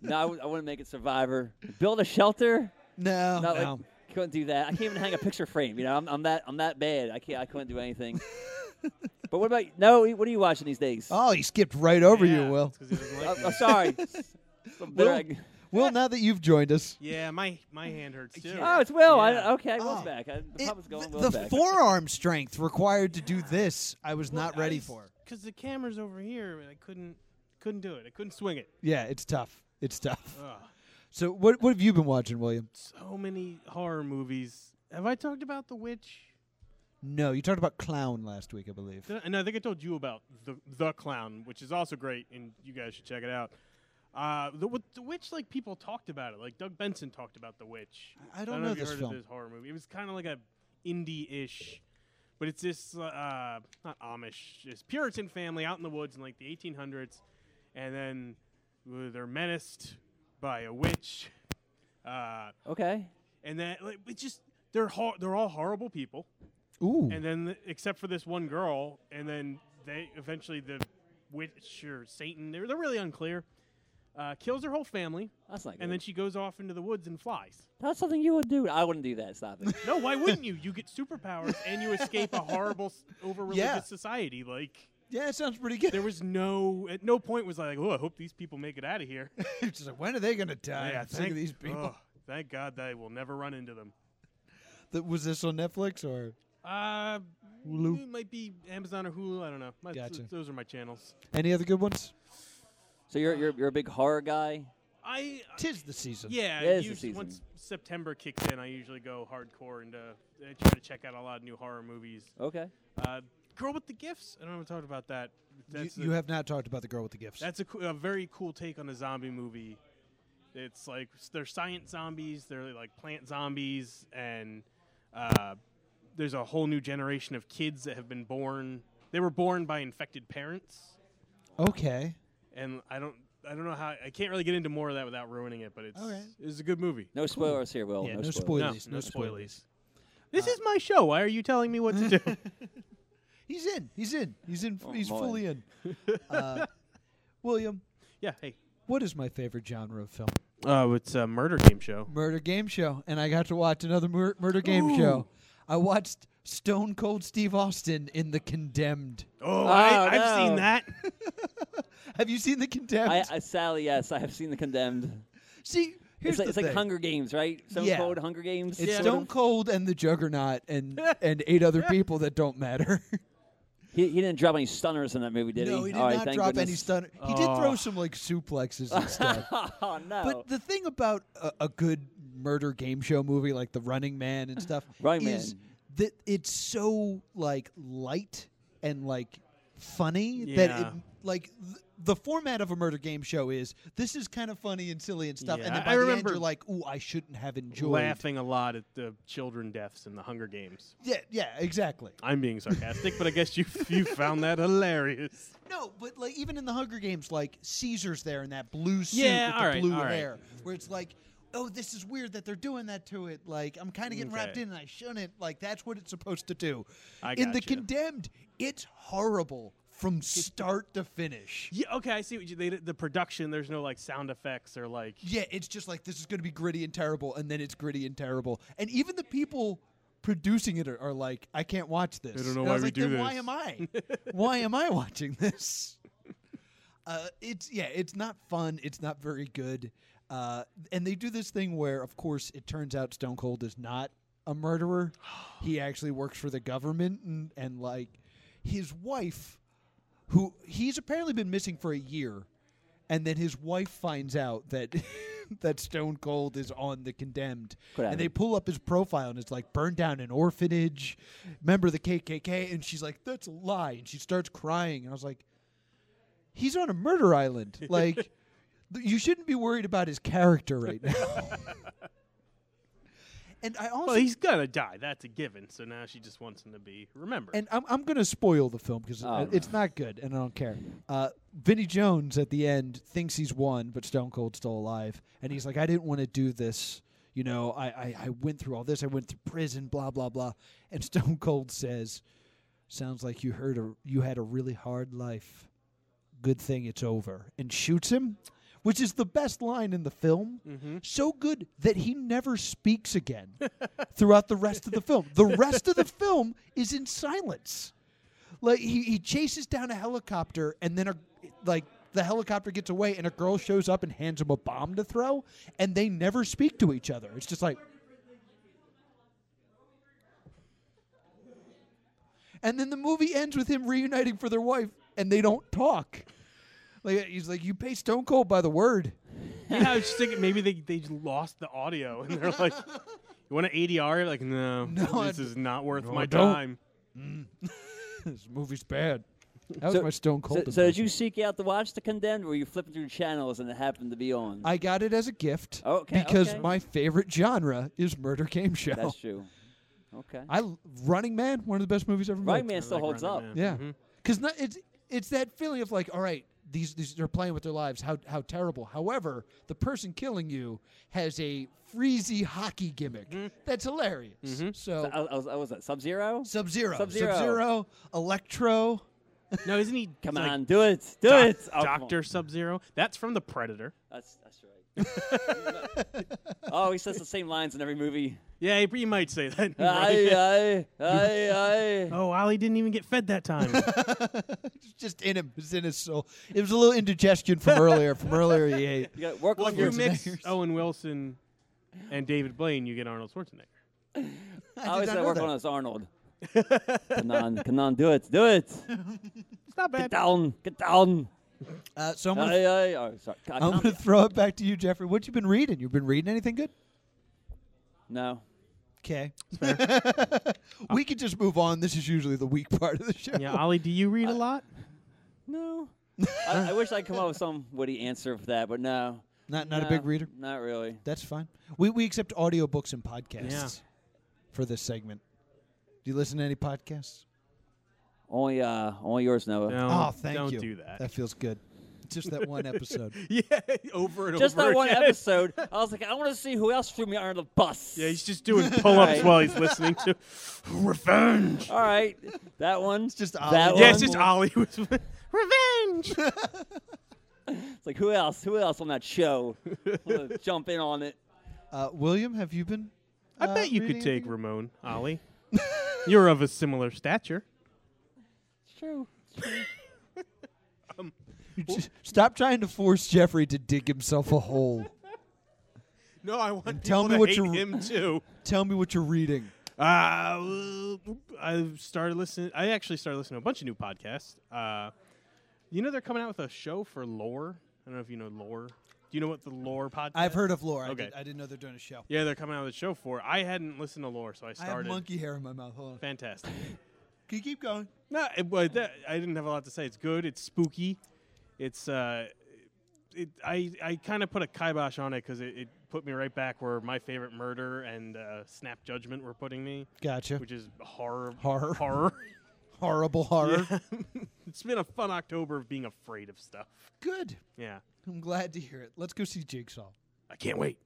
no, I, w- I wouldn't make it Survivor. Build a shelter.
No,
Not
Oh, no.
like couldn't do that. I can't even hang a picture frame. You know, I'm, I'm that. I'm that bad. I can't. I couldn't
(laughs)
do anything. but what about no? What are you watching these days?
Oh, he skipped right over
Yeah,
you, Will.
it's 'cause he doesn't
I'm,
like
I'm
me.
(laughs)
sorry. Some bitter
Will?
egg-
Will, now that you've joined us,
(laughs) Yeah, my, my hand hurts too.
Oh, it's Will.
Yeah.
I, okay, Will's
Oh.
back. I, the
It-
puppet's going.
th-
Will's
the
back.
forearm strength required to do this, I was not ready for.
Because the camera's over here and I couldn't couldn't do it. I couldn't swing it.
Yeah, it's tough. It's tough.
Ugh.
So, what what have you been watching, William?
So many horror movies. Have I talked about The Witch?
No, you talked about clown last week, I believe.
Did I- And I think I told you about the the clown, which is also great, and you guys should check it out. Uh, the, with the witch, like people talked about it, like Doug Benson talked about the witch.
I don't
I don't
know
if you
this
heard
film.
Of this horror movie. It was kind of like a indie-ish, but it's this uh, not Amish, this Puritan family out in the woods in like the 1800s, and then uh, they're menaced by a witch. Uh,
Okay.
and then like it's just they're hor- they're all horrible people
Ooh,
and then th- except for this one girl, and then they eventually the witch or Satan, they're, they're really unclear, uh, kills her whole family,
That's not good.
and then she goes off into the woods and flies.
That's something you would do. I wouldn't do that. Stop it.
No, why wouldn't you? You get superpowers and you escape a horrible, s- over-religious
Yeah.
society. Like
yeah, it sounds pretty good.
there was no at no point was I like, oh, I hope these people make it out of
(laughs)
here.
It's just like, when are they gonna die?
yeah,
I'm sick
thank
of these people.
oh, thank God that I will never run into them.
Th- was this on Netflix or?
Uh,
Hulu.
it might be Amazon or Hulu. I don't know. My,
Gotcha.
those are my channels.
Any other good ones?
So you're you're, you're a big horror guy.
I
Tis the season.
yeah,
Yeah, it's the
usu-
season.
once September kicks in, I usually go hardcore and uh, I try to check out a lot of new horror movies.
Okay.
Uh, Girl with the Gifts. I don't know if I talked about that.
You,
That's a-
you have not talked about the girl with the gifts.
That's a, coo- a very cool take on a zombie movie. It's like s- they're science zombies, they're like plant zombies, and uh, there's a whole new generation of kids that have been born. They were born by infected parents,
okay.
and I don't, I don't know how. I can't really get into more of that without ruining it, but it's
All right.
it's a good movie.
No spoilers here, Will.
yeah,
no,
no
spoilers.
spoilies.
no, no
spoilies.
spoilies. This
uh,
is my show. Why are you telling me what to
(laughs)
do?
He's in. He's in. He's in.
Oh,
he's
boy.
fully
(laughs)
in. Uh, William,
yeah, hey,
what is my favorite genre of film?
uh, it's a murder game show.
Murder Game Show, and I got to watch another mur- Murder Game Show. I watched Stone Cold Steve Austin in The Condemned.
Oh, I,
Oh,
I've
no.
seen that.
Have you seen The Condemned?
I, I Sally, yes, I have seen the condemned.
See, here's
it's like,
the
it's
thing.
like Hunger Games, right? Stone
Yeah.
Cold Hunger Games.
It's
sort
Stone
of.
Cold and the Juggernaut
(laughs)
and and eight other people that don't matter.
He, he didn't drop any stunners in that movie, did he?
no, he did
All right,
not
thank
drop
goodness.
any stunner. He did throw
Oh.
some like suplexes
(laughs)
and stuff.
oh no!
But the thing about a, a good murder game show movie like The Running
(laughs)
Man and stuff
Running
is
Man.
that it's so like light and like funny that it,
Yeah.
like th- the format of a murder game show is this is kind of funny and silly and stuff, and
Yeah,
then
I
by the end
remember
you're like, "Ooh, I shouldn't have
(laughs)
enjoyed."
Laughing a lot at the children deaths in the Hunger Games.
Yeah, yeah, exactly.
I'm being sarcastic, but I guess you (laughs) you found that hilarious.
No, but like even in the Hunger Games, like Caesar's there in that blue suit
Yeah,
with the
alright,
blue
alright.
hair, where it's like, oh, this is weird that they're doing that to it. Like I'm kind of getting wrapped
Okay.
in, and I shouldn't. Like that's what it's supposed to do.
I
in the
gotcha.
Condemned, it's horrible from start to finish.
Yeah, okay, I see what you. They, the production, there's no like sound effects or like.
Yeah, it's just like this is going to be gritty and terrible, and then it's gritty and terrible, and even the people producing it are, are like, I can't watch this.
I don't know
And
why
was
we
like,
do
then Why
this."
am I? why am I watching this? (laughs) Uh, it's yeah, it's not fun. It's not very good. Uh, and they do this thing where, of course, it turns out Stone Cold is not a murderer. he actually works for the government, and, and like his wife, who he's apparently been missing for a year, and then his wife finds out that. (laughs) That Stone Cold is on the condemned,
Could
and they
happen.
pull up his profile, and it's like burned down an orphanage, member of the KKK, and she's like, "That's a lie," and she starts crying, and I was like, he's on a murder island. Like, th- you shouldn't be worried about his character right now. and I also,
Well, he's gonna die. That's a given. So now she just wants him to be remembered.
and I'm, I'm going to spoil the film because
Oh,
it's not good, and I don't care. Uh, Vinny Jones at the end thinks he's won, but Stone Cold's still alive, and he's like, I didn't want to do this. You know, I, I, I went through all this. I went through prison, blah blah blah. And (laughs) Stone Cold says, "Sounds like you heard a, you had a really hard life." good thing it's over and shoots him which is the best line in the film so good that he never speaks again throughout the rest of the film the rest of the film is in silence like he, he chases down a helicopter and then a like the helicopter gets away and a girl shows up and hands him a bomb to throw and they never speak to each other it's just like And then the movie ends with him reuniting for their wife, and they don't talk. Like he's like, you pay Stone Cold by the word. (laughs)
yeah, I was just thinking maybe they they lost the audio and
(laughs)
they're like, "You want an ADR?" Like, no,
No,
this
I-
is not worth
no, I
my
don't.
time.
this movie's bad. That
So-
was my Stone
So,
Cold.
so did
impression.
you seek out to watch the condemned, or were you flipping through channels and it happened to be on?
I got it as a gift
Oh, Okay,
because
okay.
my favorite genre is murder game show.
That's true. Okay.
(laughs) I Running Man, one of the best movies ever
Running
made.
Man still
Like
holds up.
Running Man.
Yeah, because it's it's that feeling of like, all right, these, these they're playing with their lives. How how terrible. However, the person killing you has a freezy hockey gimmick.
Mm-hmm.
That's hilarious. So
I, I was, I was at Sub Zero.
Sub Zero,
Mm-hmm. uh, Sub-Zero.
Electro.
No, isn't he?
Come
like,
on, do it, do
doc-
it. Oh, come on.
Doctor Sub Zero. That's from the Predator.
That's that's right. (laughs) oh, he says the same lines in every movie.
Yeah, you might say that. (laughs) right?
Aye, aye, aye, aye.
(laughs) Oh, Ollie didn't even get fed that (laughs) time.
It's just in him. It's in his soul. It was a little indigestion from earlier. From earlier, he ate.
You got work
well,
on
if you
your
mix Owen Wilson and David Blaine, you get Arnold Schwarzenegger.
I
not
always said
know
work
that.
on
(laughs)
us, Arnold. come on, come on, do it, do it.
It's not bad. (laughs)
Get down, get down.
Uh, so I'm
Uh,
gonna,
I- I- oh, sorry. I
I'm
can't-
gonna throw it back to you, Jeffrey. What you been reading? You've been reading anything good?
no.
Okay. (laughs) we could just move on. This is usually the weak (laughs) part of the show.
Yeah, Ollie, do you read a lot?
No. I, I wish I'd come up with some witty answer for that, but no.
Not not a
No,
big reader.
Not really.
That's fine. We we accept audiobooks and podcasts
Yeah.
for this segment. Do you listen to any podcasts?
Only uh only yours, Noah.
No,
oh, thank
don't
you.
do that.
That feels good. Just that one (laughs) episode.
(laughs) yeah, over and
Just
(laughs) over
that one
again.
episode, I was like, I want to see who else threw me under the bus.
Yeah, he's just doing pull-ups
Right.
while he's listening to revenge.
All right, that one. It's
just Ollie.
that one.
Yeah, it's just Ollie was (laughs) revenge.
It's like who else? Who else on that show? I'm
(laughs)
gonna jump in on it.
Uh, William, have you been?
I
uh,
bet you could
reading
take
anything?
Ramon, Ollie. You're of a similar stature.
It's true.
Just Stop trying to force Jeffrey to dig himself a hole.
No, I want
tell
people
me
to
what
hate
you're-
him too.
Tell me what you're reading.
Uh, I started listening. I actually started listening to a bunch of new podcasts. Uh, you know they're coming out with a show for Lore. I don't know if you know Lore. Do you know what the Lore podcast?
I've heard of Laura.
Okay.
I, did, I didn't know they're doing a show.
Yeah, they're coming out with a show for. I hadn't listened to Lore, so I
I have
started.
monkey hair in my mouth. Hold on.
Fantastic.
Can you keep going?
No, it, but that, I didn't have a lot to say. It's good. It's spooky. It's uh, it, I I kind of put a kibosh on it because it, it put me right back where my favorite murder and uh, Snap Judgment were putting me,
Gotcha.
which is horror. (laughs)
Horror.
Horror.
Horrible horror.
Yeah. it's been a fun October of being afraid of stuff.
(laughs) Good.
Yeah.
I'm glad to hear it. Let's go see Jigsaw.
I can't wait.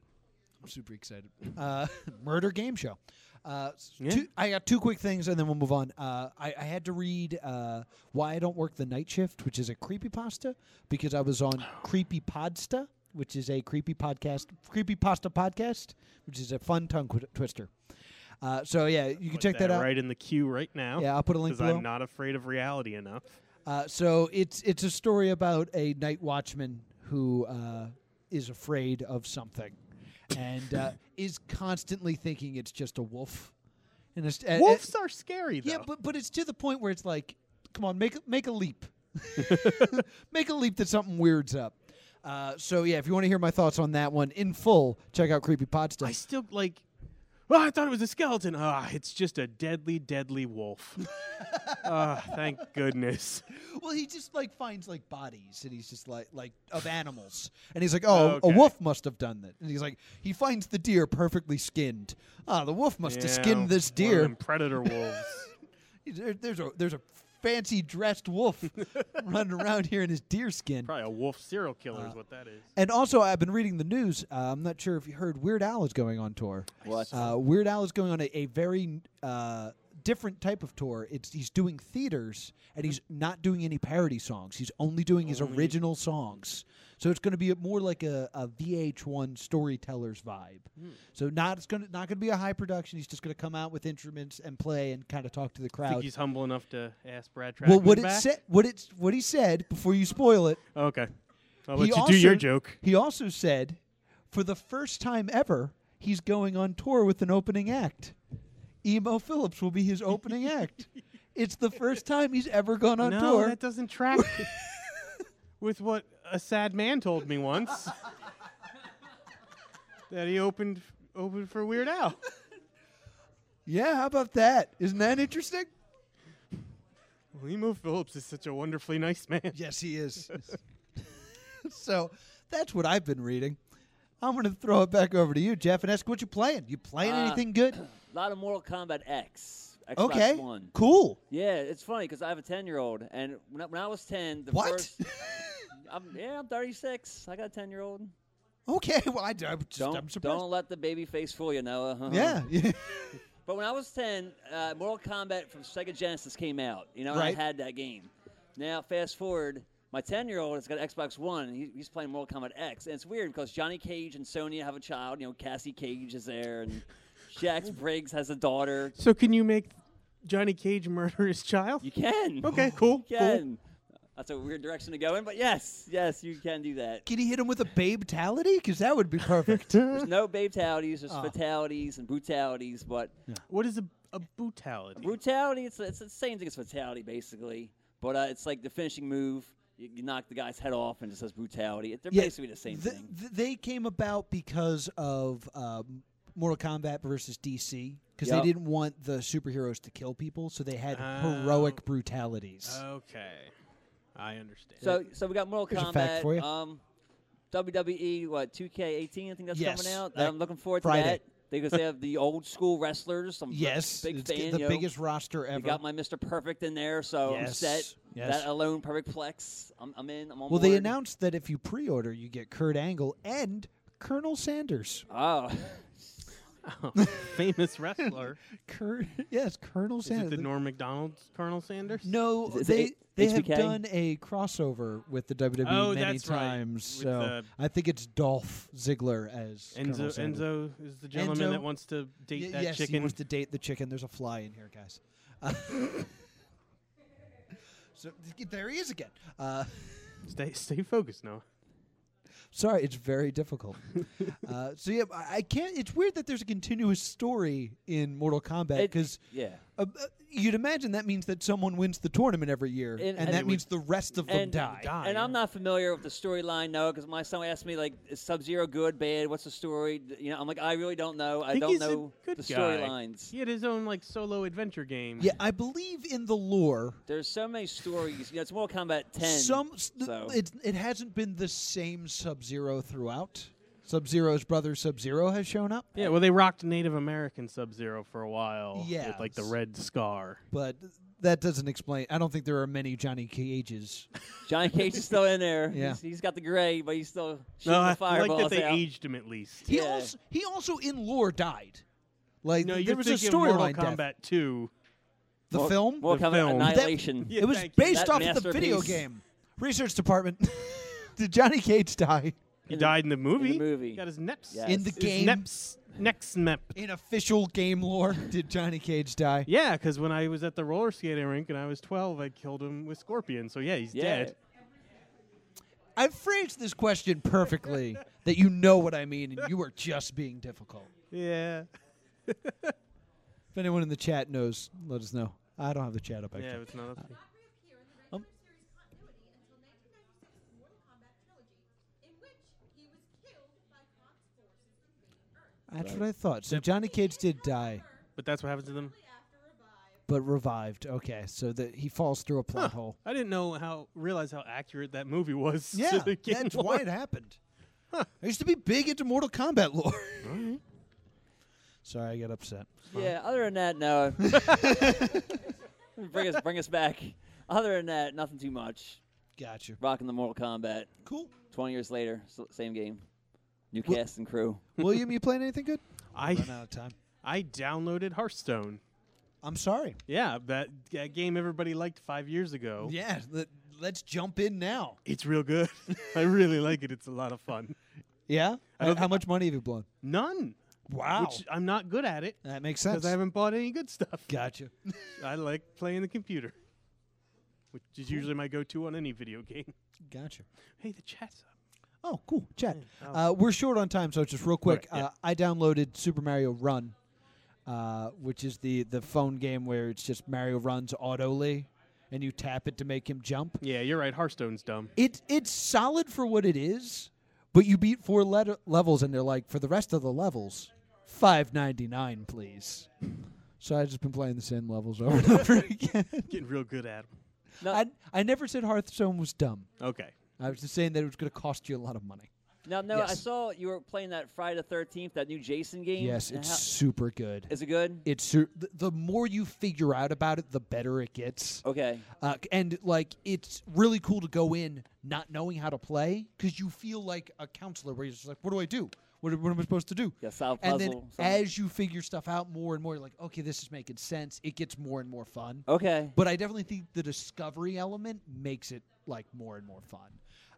I'm super excited. Uh, murder game show. Uh, s-
Yeah.
two, I got two quick things, and then we'll move on. Uh, I, I had to read uh, "Why I Don't Work the Night Shift," which is a creepy pasta, because I
(gasps)
was on Creepy Podsta, which is a creepy podcast, creepy pasta podcast, which is a fun tongue qu- twister. Uh, so yeah, you can
Put
check that, out.
right in the queue right now.
Yeah, I'll put a link
Because I'm
below.
not afraid of reality enough.
Uh, so it's it's a story about a night watchman who uh, is afraid of something, and uh, is constantly thinking it's just a wolf. And it's, uh,
Wolves are scary though.
yeah, but but it's to the point where it's like, come on, make a- make a leap, make a leap that something weird's up. Uh, so yeah, if you want to hear my thoughts on that one in full, check out Creepy Pod
I still like. Oh, I thought it was a skeleton. Ah, it's just a deadly, deadly
(laughs)
wolf. Ah, thank goodness.
Well, he just like finds like bodies, and he's just like like of animals, and he's like, oh, a
Okay.
wolf must have done that. And he's like, he finds the deer perfectly skinned. Ah, the wolf must
Yeah,
have skinned this
one of them
deer.
predator wolves.
There- there's a there's a fancy dressed wolf (laughs) running around here in his deer skin.
Probably a wolf serial killer
Uh,
is what that is.
And also, I've been reading the news. Uh, I'm not sure if you heard, Weird Al is going on tour.
What?
Uh, Weird Al is going on a, a very uh, different type of tour. It's he's doing theaters and he's not doing any parody songs. He's only doing
Oh,
his original songs. So it's going to be more like a, a VH1 storyteller's vibe.
Hmm.
So not it's going to not going to be a high production. He's just going to come out with instruments and play and kind of talk to the
I think
crowd.
he's humble enough to ask Brad Trackman
Well, what it
back?
said, what it what he said before you spoil it.
Okay, I'll
He
let you do your
also-
joke.
He also said, for the first time ever, he's going on tour with an opening act. Emo Phillips will be his
(laughs)
opening act. It's the first time he's ever gone on
no,
tour.
that doesn't
(laughs)
track with what a sad man told me once. that he opened opened for Weird Al.
yeah, how about that? Isn't that interesting?
Well, Emo Phillips is such a wonderfully nice man.
Yes, he is. (laughs) so that's what I've been reading. I'm going to throw it back over to you, Jeff, and ask what you playing. You playing
Uh,
anything
(clears throat)
good?
A lot of Mortal Kombat X. Xbox
Okay,
One.
cool.
Yeah, it's funny because I have a ten-year-old, and when I, when I was ten, the
What?
first. I'm, yeah, I'm 36. I got a ten-year-old.
(laughs) Okay, well, I, am just, I'm
Don't
surprised.
don't let the baby face fool you, Noah.
Yeah,
(laughs)
yeah. (laughs)
But when I was 10, uh, Mortal Kombat from Sega Genesis came out. You know,
Right.
and I had that game. Now, fast forward, my 10 year old has got an Xbox One. And he, he's playing Mortal Kombat X. And it's weird because Johnny Cage and Sonya have a child. You know, Cassie Cage is there, and Jax Briggs has a daughter.
So can you make Johnny Cage murder his child?
You can.
(laughs) Okay, cool.
You can. That's a weird direction to go in, but yes, yes, you can do that.
Can he hit him with a babe tality? Because that would be
(laughs)
perfect.
There's
(laughs)
no fatalities,
Ah.
there's fatalities and brutalities, but
What is a, a brutality?
Brutality, it's, it's the same thing as fatality, basically. But uh, it's like the finishing move. You You, you knock the guy's head off and it says brutality. They're
Yeah,
basically the same
th-
thing.
th- they came about because of um, Mortal Kombat versus DC because
Yup.
they didn't want the superheroes to kill people, so they had
Oh.
heroic brutalities.
Okay, I understand.
So, so we got Mortal
Here's a
Kombat.
fact for you.
Um, WWE, what 2K18? I think that's coming
Yes,
out.
that
I'm looking forward to
Friday.
that. Because they have the old school wrestlers. I'm a
yes,
big
it's
fan.
g- the
yo.
biggest roster ever.
You got my Mr. Perfect in there, so I'm
Yes,
set.
yes.
That alone, Perfect Plex. I'm, I'm in. I'm on
well, they
board.
announced that if you pre-order, you get Kurt Angle and Colonel Sanders. (laughs)
Oh,
famous (laughs) wrestler.
Kurt, yes, Colonel
Is it
Sanders.
the Norm McDonald's Colonel Sanders?
no,
Is it
they
H-
they have
HBK?
done a crossover with the WWE
Oh,
many
that's right,
times.
with
So
the-
I think it's Dolph Ziggler as Colonel
Enzo,
Sanders.
Enzo is the gentleman
Enzo?
that wants to date
Y-
that
yes, he
chicken.
wants to date the chicken. There's a fly in here, guys. (laughs) Uh, so th- there he is again. Uh,
Stay, stay focused, Noah.
sorry, it's very
(laughs)
difficult. uh, so yeah, I I can't. It's weird that there's a continuous story in Mortal Kombat
It-
because.
(laughs) yeah.
Uh, uh, you'd imagine that means that someone wins the tournament every year,
And-
and,
and it
that
would-
means the rest of them
and,
die.
And I'm not familiar with the storyline, no, because my son asked me like, "Is Sub Zero good, bad? What's the story?" D- You know, I'm like, I really don't know. I,
think
don't
he's a
know
good
the
guy.
storylines.
He had his own like solo adventure game.
Yeah, I believe in the lore.
There's so many stories. You know, it's Mortal Kombat 10.
Some s- th-
so.
it, it hasn't been the same Sub Zero throughout. Sub Zero's brother Sub Zero has shown up.
Yeah, well, they rocked Native American Sub Zero for a while. with, like the
Yes.
red scar.
but that doesn't explain. I don't think there are many Johnny Cages.
Johnny Cage is still in there.
(laughs)
Yeah.
He's- he's got the gray, but he's still shooting
No, I
the
like
fireballs
that they
out.
aged him at least.
He
Yeah.
also he also in lore died. Like
No,
th-
you're
there was a
thinking of Mortal
storyline death.
Kombat Two.
The
Mor-
film.
Mortal
The
Kombat
film. That- (laughs)
Annihilation.
Yeah,
it was
thank you.
based
That
off of the video
masterpiece.
game. Research department. (laughs) Did Johnny Cage die
He
in the-
died in the movie.
movie.
Got his neps.
Yeah.
in the
His
Yes.
game?
neps. Next mep.
In official game lore, did Johnny Cage die?
Yeah, because when I was at the roller skating rink and I was 12, I killed him with Scorpion. So yeah, he's
Yeah.
dead.
I phrased this
(laughs)
question perfectly. that you know what I mean, and you were just being difficult.
Yeah.
If anyone in the chat knows, let us know. I don't have the chat up. Actually.
Yeah, it's not.
Um, That's what I thought. So Johnny Cage did die,
But that's what happens to them.
but revived. Okay, so that he falls through a plot hole.
I didn't know how realize how accurate that movie (laughs) was.
Yeah,
to the game
that's
lore.
why it happened. I used to be big into Mortal Kombat lore. Sorry, I got upset.
Yeah, other than that,
(laughs)
no. bring us bring us back. Other than that, nothing too much.
Gotcha.
Rocking the Mortal Kombat.
Cool.
Twenty years later, s- same game. New
Well-
cast and crew.
William, you playing anything (laughs) good? Run
I
out of time.
I downloaded Hearthstone.
I'm sorry.
Yeah, that, that game everybody liked five years ago.
Yeah, let, let's jump in now.
It's real good. (laughs) I really like it. It's a lot of fun.
Yeah.
I don't
Uh, How much money have you blown?
None.
Wow.
Which I'm not good at it
uh, that makes
because
sense.
I
(laughs)
haven't bought any good stuff.
Gotcha.
I like playing the computer, which is usually my go-to on any video game. (laughs)
Gotcha.
Hey, the chat's up.
Oh, cool. Chat. Uh, we're short on time, so just real quick.
Right, yeah.
uh, I downloaded Super Mario Run, uh, which is the, the phone game where it's just Mario runs autoly, and you tap it to make him jump.
Yeah, you're right. Hearthstone's dumb.
It it's solid for what it is, but you beat four let- levels, and they're like for the rest of the levels, five ninety nine, please. So I've just been playing the same levels over and over (laughs) again.
Getting real good at 'em.
No,
I I never said Hearthstone was dumb.
Okay.
I was just saying that it was going to cost you a lot of money.
no, no. I
yes.
saw you were playing that Friday the Thirteenth, that new Jason game.
Yes,
And
it's
how-
super good.
is it good?
it's su- th- the more you figure out about it, the better it gets.
Okay.
Uh, c- and like, it's really cool to go in not knowing how to play because you feel like a counselor where you're just like, "What do I do? What, what am I supposed to do?"
Yeah, solve
and then
puzzle, something.
as you figure stuff out more and more, you're like, "Okay, this is making sense." It gets more and more fun.
Okay.
But I definitely think the discovery element makes it like more and more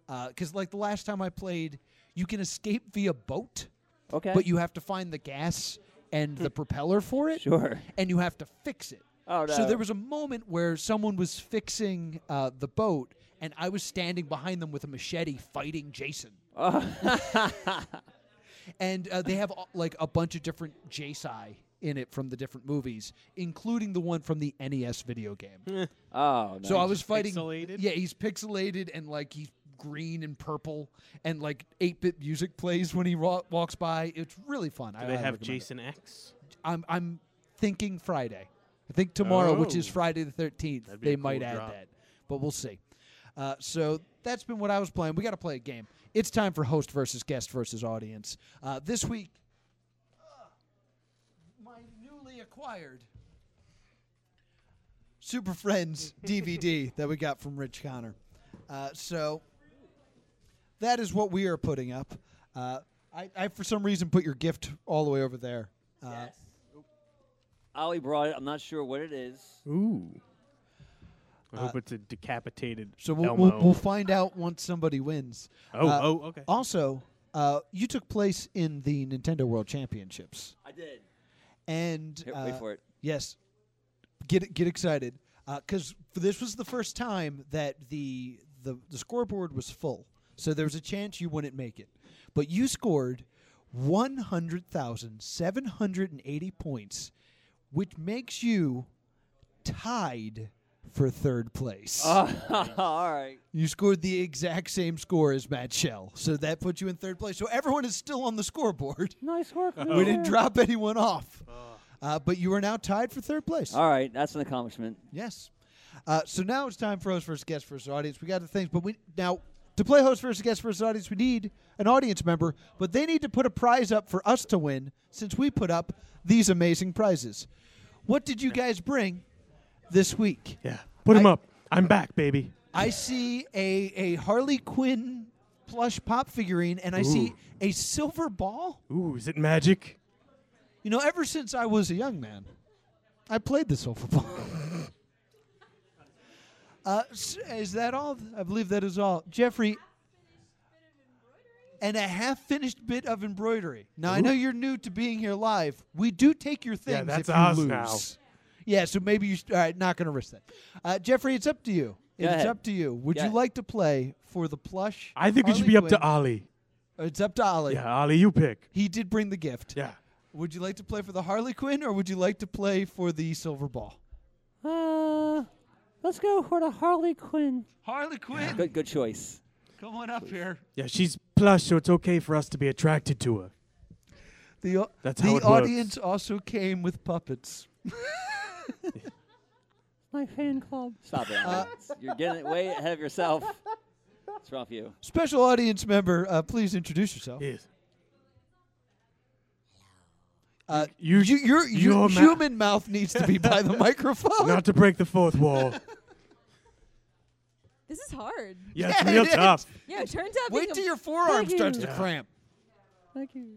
fun. Because like the last time I played, you can escape via boat,
Okay.
but you have to find the gas and the propeller for it
(laughs) sure.
and you have to fix it.
Oh,
So
no.
there was a moment where someone was fixing uh, the boat, and I was standing behind them with a machete fighting Jason. and uh, they have uh, like a bunch of different Jaci in it from the different movies, including the one from the NES video game.
Oh, no.
So I was fighting.
pixelated?
Yeah, he's pixelated and like he's green and purple, and like eight bit music plays when he wa- walks by. It's really fun. I
Do they
highly
have
recommend it.
Jason X?
I'm I'm thinking Friday. I think tomorrow, which is
Oh.
Friday the 13th,
That'd be
they
a
might
cool
add
drop.
that, but we'll see. Uh, so that's been what I was playing. We got to play a game. It's time for host versus guest versus audience. Uh, this week, uh, my newly acquired
(laughs)
Super Friends DVD that we got from Rich Connor. Uh, so that is what we are putting up. Uh, I, I, for some reason, put your gift all the way over there. Uh,
Ollie brought it. I'm not sure what it is.
Ooh. I
Uh,
hope it's a decapitated
So we'll,
Elmo.
we'll, we'll find out once somebody wins.
oh,
Uh,
oh, okay.
Also, uh, you took place in the Nintendo World Championships,
I did.
and
Here,
uh,
wait (laughs) for it.
Yes, get get excited because this was the first time that the, the the scoreboard was full, so there was a chance you wouldn't make it, but you scored one hundred thousand seven hundred and eighty points, which makes you tied for third place.
Oh,
Oh, All right.
You scored the exact same score as Matt Shell, so that puts you in third place. So everyone is still on the scoreboard.
Nice work.
We didn't drop anyone off, uh, but you are now tied for third place.
(laughs) All right. That's an accomplishment.
Yes. Uh, so now it's time for host versus guest versus audience. We got the things, but we now to play host versus guest versus audience, we need an audience member, but they need to put a prize up for us to win since we put up these amazing prizes. What did you guys bring this week?
yeah. Put him
I-
up. I'm back, baby.
I see a, a Harley Quinn plush pop figurine, and I see a silver ball.
Ooh, is it magic?
You know, ever since I was a young man, I played the silver ball. (laughs) uh, s- is that all? I believe that is all. Jeffrey, and a half finished bit of embroidery. Now, I know you're new to being here live. We do take your things
that's
if you
ours
lose.
now.
Yeah, so maybe you. All right, not going to risk that. Uh, Jeffrey, it's up to you.
Go
It's
ahead.
up to you. Would
Go
you
ahead.
like to play for the plush?
I think it should
Harley
be up to
Quinn?
Ali.
It's up to Ollie.
Yeah, Ali, you pick.
He did bring the gift.
Yeah.
Would you like to play for the Harley Quinn or would you like to play for the Silver Ball?
Uh, let's go for the Harley Quinn.
Harley Quinn,
Good, good choice.
come on up here.
Yeah, she's plush, so it's okay for us to be attracted to her.
The, au-
That's
the
how it works.
audience also came with puppets.
My fan club. Stop it.
Uh.
Ollie. You're getting way ahead of yourself. It's rough, you.
Special audience member, uh, please introduce yourself.
Yes.
Uh,
You,
you, your your
your ma-
human mouth needs to be
(laughs)
by the microphone.
not to break the fourth
(laughs)
wall.
This is hard.
Yeah,
Yeah,
it's real
it is.
tough.
Yeah, it turns
(laughs)
out. being
Wait
a-
till your forearm starts to
Yeah.
cramp.
Thank you.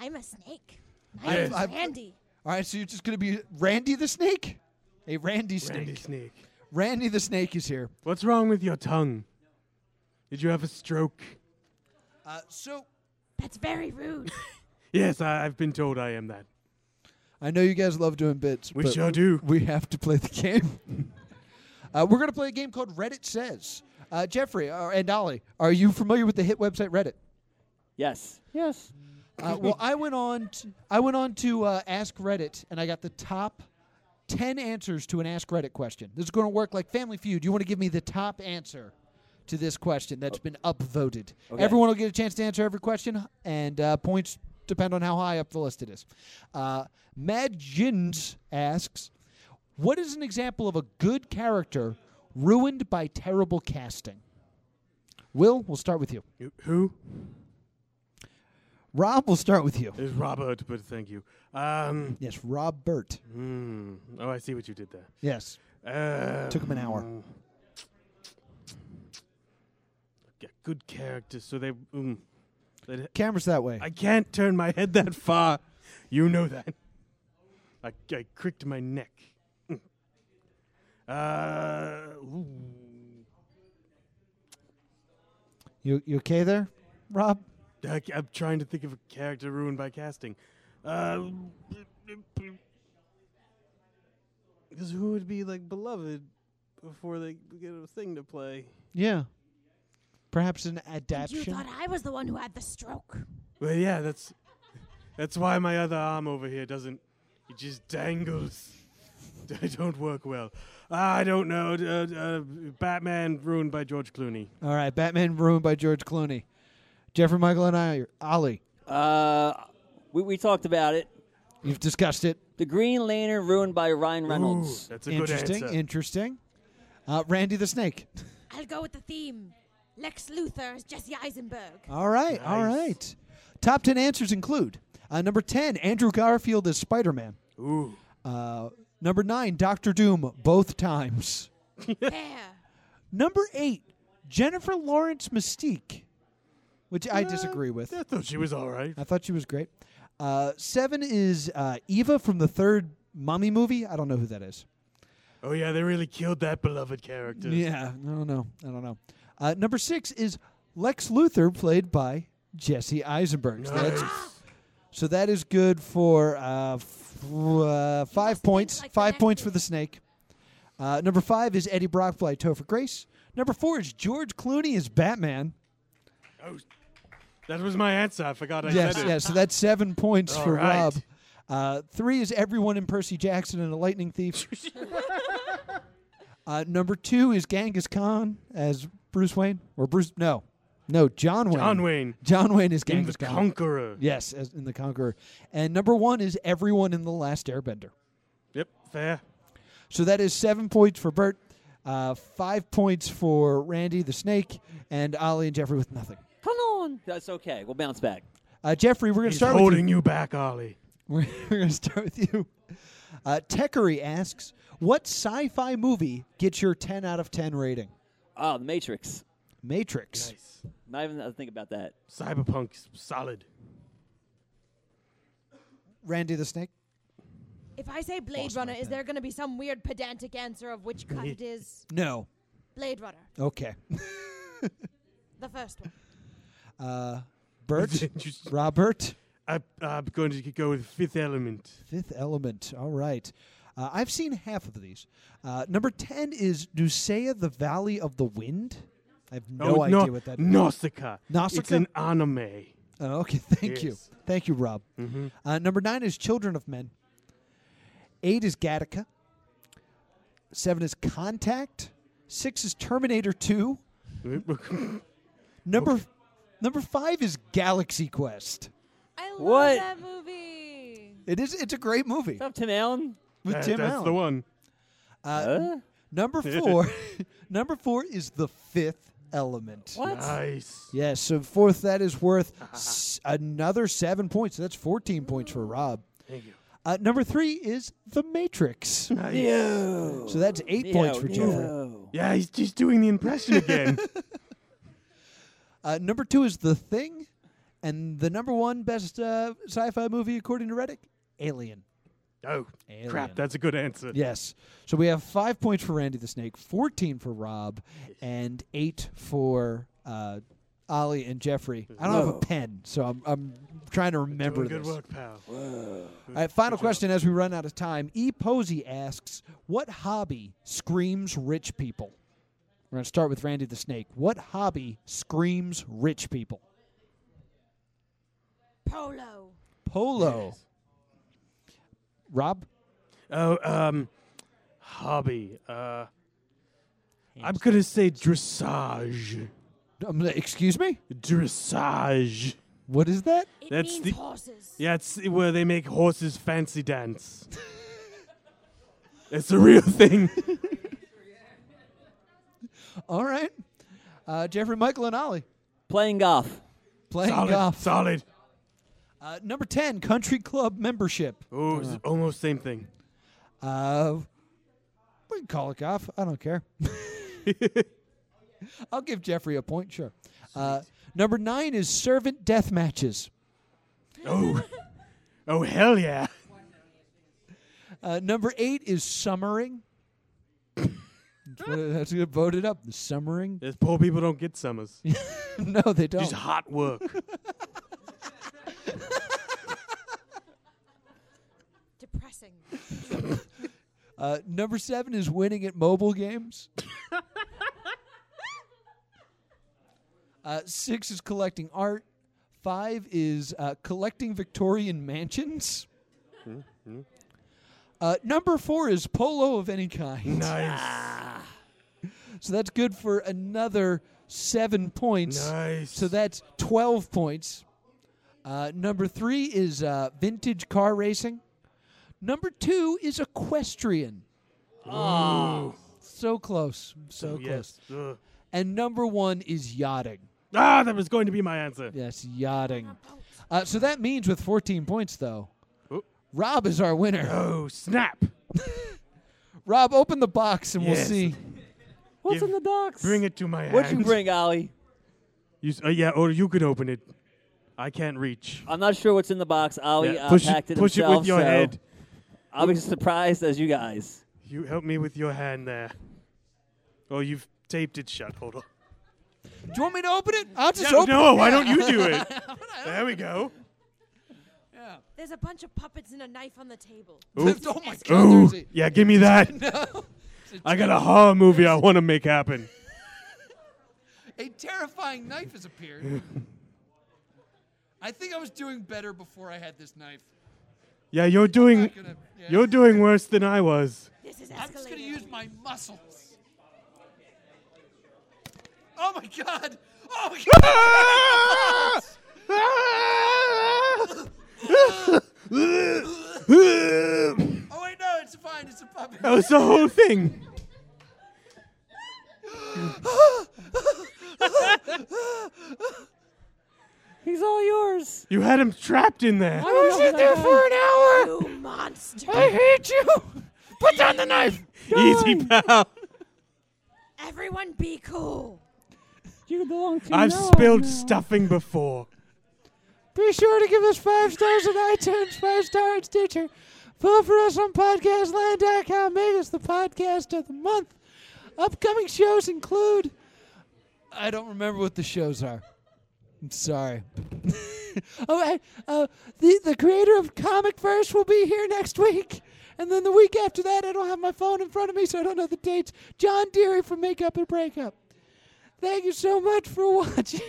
I'm a snake.
I've-
I'm
I've-
Randy.
All right, so you're just going to be Randy the Snake? A Randy Snake.
Randy Snake.
Randy the Snake is here.
What's wrong with your tongue? Did you have a stroke?
Uh, so
That's very rude.
Yes, I, I've been told I am that.
I know you guys love doing bits.
We
but
sure do.
We have to play the game. (laughs) uh, we're going to play a game called Reddit Says. Uh, Jeffrey uh, and Ollie, are you familiar with the hit website Reddit?
Yes. Yes.
Uh, well, I went on. To, I went on to uh, Ask Reddit, and I got the top ten answers to an Ask Reddit question. This is going to work like Family Feud. You want to give me the top answer to this question that's been upvoted.
Okay.
Everyone will get a chance to answer every question, and uh, points depend on how high up the list it is. Uh, Mad Jins asks, "What is an example of a good character ruined by terrible casting?" Will, we'll start with you.
You- Who?
Rob, we'll start with you.
It's Robert, but thank you. Um,
Yes, Rob Burt.
hmm. Oh, I see what you did there.
Yes.
Uh,
Took him an hour.
Yeah, good character. So they. Mm, they-
Camera's that way.
I can't turn my head that far. You know that. I, I cricked my neck. Mm. Uh, ooh.
you you okay there, Rob?
I, am trying to think of a character ruined by casting. Uh, because who would be like beloved before they get a thing to play?
Yeah. Perhaps an
you
adaptation.
thought I was the one who had the stroke.
Well, yeah, that's That's why my other arm over here doesn't. It just dangles. (laughs) I don't work well. Ah, I don't know. Uh, uh, Batman ruined by George Clooney.
All right, Batman ruined by George Clooney. Jeffrey Michael and I, Ollie,
Uh, we, we talked about it.
you've discussed it.
The Green Lantern ruined by Ryan Reynolds.
That's a good
interesting,
answer.
interesting. Uh, Randy the Snake.
I'll go with the theme. Lex Luthor is Jesse Eisenberg.
(laughs)
All right, all
Nice.
right. Top 10 answers include uh, number 10, Andrew Garfield as Spider Man.
Ooh.
Uh, number 9, Doctor Doom, both times.
Fair.
Number 8, Jennifer Lawrence Mystique, which I disagree with.
I thought she was all right.
I thought she was great. Uh, 7 is uh, Eva from the third Mummy movie. I don't know who that is.
Oh yeah, they really killed that beloved character.
Yeah, I don't know. I don't know. Uh, number 6 is Lex Luthor, played by Jesse Eisenberg. So that's
Nice.
So that is good for uh, f- uh, five
think
points.
like the
five points for
necklace.
the snake. Uh, number five is Eddie Brockfly, Topher Grace. Number four is George Clooney as Batman.
That was my answer. I forgot I
yes,
said it.
yes. So that's seven points
All
for
right.
Rob. Uh, three is everyone in Percy Jackson and the
(laughs)
Lightning Thief. uh, number two is Genghis Khan as Bruce Wayne or Bruce? No, no, John Wayne.
John Wayne.
John Wayne is
In
Genghis
the
Khan.
Conqueror.
Yes, as in the Conqueror. And number one is everyone in the Last Airbender.
Yep. Fair.
So that is seven points for Bert, uh, five points for Randy the Snake, and Ollie and Jeffrey with nothing.
Come on. That's okay. We'll bounce back.
Uh, Jeffrey, we're going to
He's
start with you.
holding you back, Ollie.
We're, (laughs) going to start with you. Uh, Techery asks, "What sci-fi movie gets your 10 out of 10 rating?"
Oh, The Matrix.
Matrix.
Nice.
Not even to think about that.
Cyberpunk's solid.
Randy the Snake.
If I say Blade
Lost my
Runner, is
pen.
there going to be some weird pedantic answer of which cut it is?
No.
Blade Runner,
Okay.
the first one.
Uh, Bert.
(laughs) Just-
Robert.
I, I'm going to go with Fifth Element.
Fifth Element. All right. Uh, I've seen half of these. Uh, number 10 is Nusea, the Valley of the Wind. I have no
oh,
idea
no,
what that is.
Nausicaa. It's
Nausicaa?
an anime.
Oh, okay, (laughs) thank you.
Yes. Mm-hmm.
Thank you, Rob. Uh, number nine is Children of Men. Eight is Gattaca. Seven is Contact. Six is Terminator 2.
Uh,
Number number five is Galaxy Quest.
I love
What?
that movie.
It is it's a great movie
What's up, Tim Allen?
with
That-
Tim
that's
Allen.
the one.
Uh,
Huh?
(laughs)
number four (laughs) number four is the fifth element.
What?
Nice.
Yes, so fourth that is
(laughs)
worth s- another seven points. So that's fourteen points for Rob.
Thank you.
Uh, number three is The
(laughs)
Matrix.
Nice.
Neo.
So that's eight
Neo,
points for Jeffrey.
Neo.
Yeah, he's just doing the impression
(laughs)
again.
Uh, number two is The Thing, and the number one best uh, sci-fi movie according to Reddit, Alien.
oh,
Alien.
crap. That's a good answer.
Yes. So we have five points for Randy the Snake, fourteen for Rob, and eight for uh, Ollie and Jeffrey. I don't have a
Whoa.
pen, so I'm, I'm trying to remember
Doing good
this.
work, pal.
All right, final question as we run out of time. E. Posey asks, "What hobby screams rich people?" We're going to start with Randy the Snake. What hobby screams rich people?
Polo.
Polo. Rob.
Oh, um, hobby. Uh, I'm gonna say dressage.
Um, excuse me.
Dressage.
What is that?
It
That's
means
the-
horses.
Yeah, it's where they make horses fancy
(laughs)
dance. it's a real thing.
All right. Uh, Jeffrey, Michael, and Ollie
Playing golf.
playing
solid.
golf.
Solid.
Uh, number ten, country club membership.
Oh, it's almost same thing.
Uh, we can call it golf. I don't care. (laughs) I'll give Jeffrey a point. Sure. Uh, number nine is servant death matches.
Oh, oh hell yeah.
Uh, number eight is summering. (laughs) That's what- That's what voted up. The summering?
There's poor people don't get summers.
No, they don't.
Just hot work.
Depressing.
Uh, number seven is winning at mobile games. uh, six is collecting art. Five is uh, collecting Victorian mansions. Uh, number four is polo of any kind.
Nice.
So that's good for another seven points.
Nice.
So that's 12 points. Uh, number three is uh, vintage car racing. Number two is equestrian. Oh. So close. So close.
Ah. Oh, yes. Ugh.
And number one is yachting.
Ah, that was going to be my answer.
Yes, yachting. Uh, so that means with 14 points, though,
Oop.
Rob is our winner.
Oh, snap.
Rob, open the box and we'll
Yes.
see.
What's
Give-
in the box?
Bring it to my hand.
What'd you bring, Ollie?
You s- uh, yeah, or you could open it. I can't reach.
I'm not sure what's in the box. Ollie
Yeah,
uh,
push
packed
it,
it
push
himself.
it with your
so
head.
I'll be surprised as you guys.
You help me with your hand there. Oh, you've taped it shut. Hold on.
Do you want me to open it? I'll just
No,
open
no, why don't you do it? there we go.
There's a bunch of puppets and a knife on the table.
Ooh.
it. (laughs) Oh, my God.
Ooh,
there's a-
yeah, give me that. I got a horror movie I want to make happen.
A terrifying knife has
(laughs)
appeared. I think I was doing better before I had this knife.
Yeah, you're doing
Not gonna- yeah.
you're doing worse than I was.
This is
I'm just gonna
escalating.
use my muscles. Oh my god! Oh my
(laughs)
god!
that
oh wait, no, it's fine. It's a puppet.
was the whole thing.
He's all yours.
You had him trapped in there.
was in there for an hour.
You monster!
hate you. Put down the knife.
Easy pal.
Everyone be cool.
You belong to
I've
Noah
spilled
now.
stuffing before.
Be sure to give us five stars on iTunes, five star on Stitcher. Vote for us on podcastland.com. Make us the podcast of the month. Upcoming shows include. I don't remember what the shows are. I'm sorry. (laughs) oh, I, uh, the, the creator of Comic Verse will be here next week. And then the week after that, I don't have my phone in front of me, so I don't know the dates. John Deary from Makeup and Breakup. Thank you so much for (laughs) watching.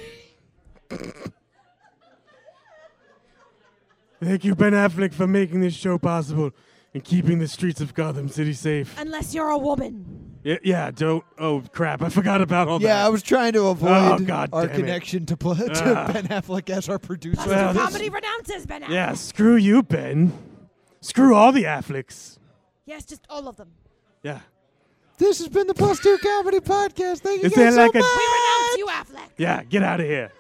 Thank you, Ben Affleck, for making this show possible and keeping the streets of Gotham City safe.
Unless you're a woman.
Yeah, yeah don't. Oh, crap. I forgot about all
Yeah, I
that.
was trying to avoid
Oh, God
our
damn it.
connection to, pl- to
Ah.
Ben Affleck as our producer.
Well,
Well,
this-
comedy renounces Ben Affleck.
yeah, screw you, Ben. Screw all the Afflecks.
Yes, just all of them.
Yeah.
This has been the Plus Two Comedy Podcast. Thank you
Is
guys
there
so
like a-
much.
We renounce you, Affleck.
Yeah, get out of here.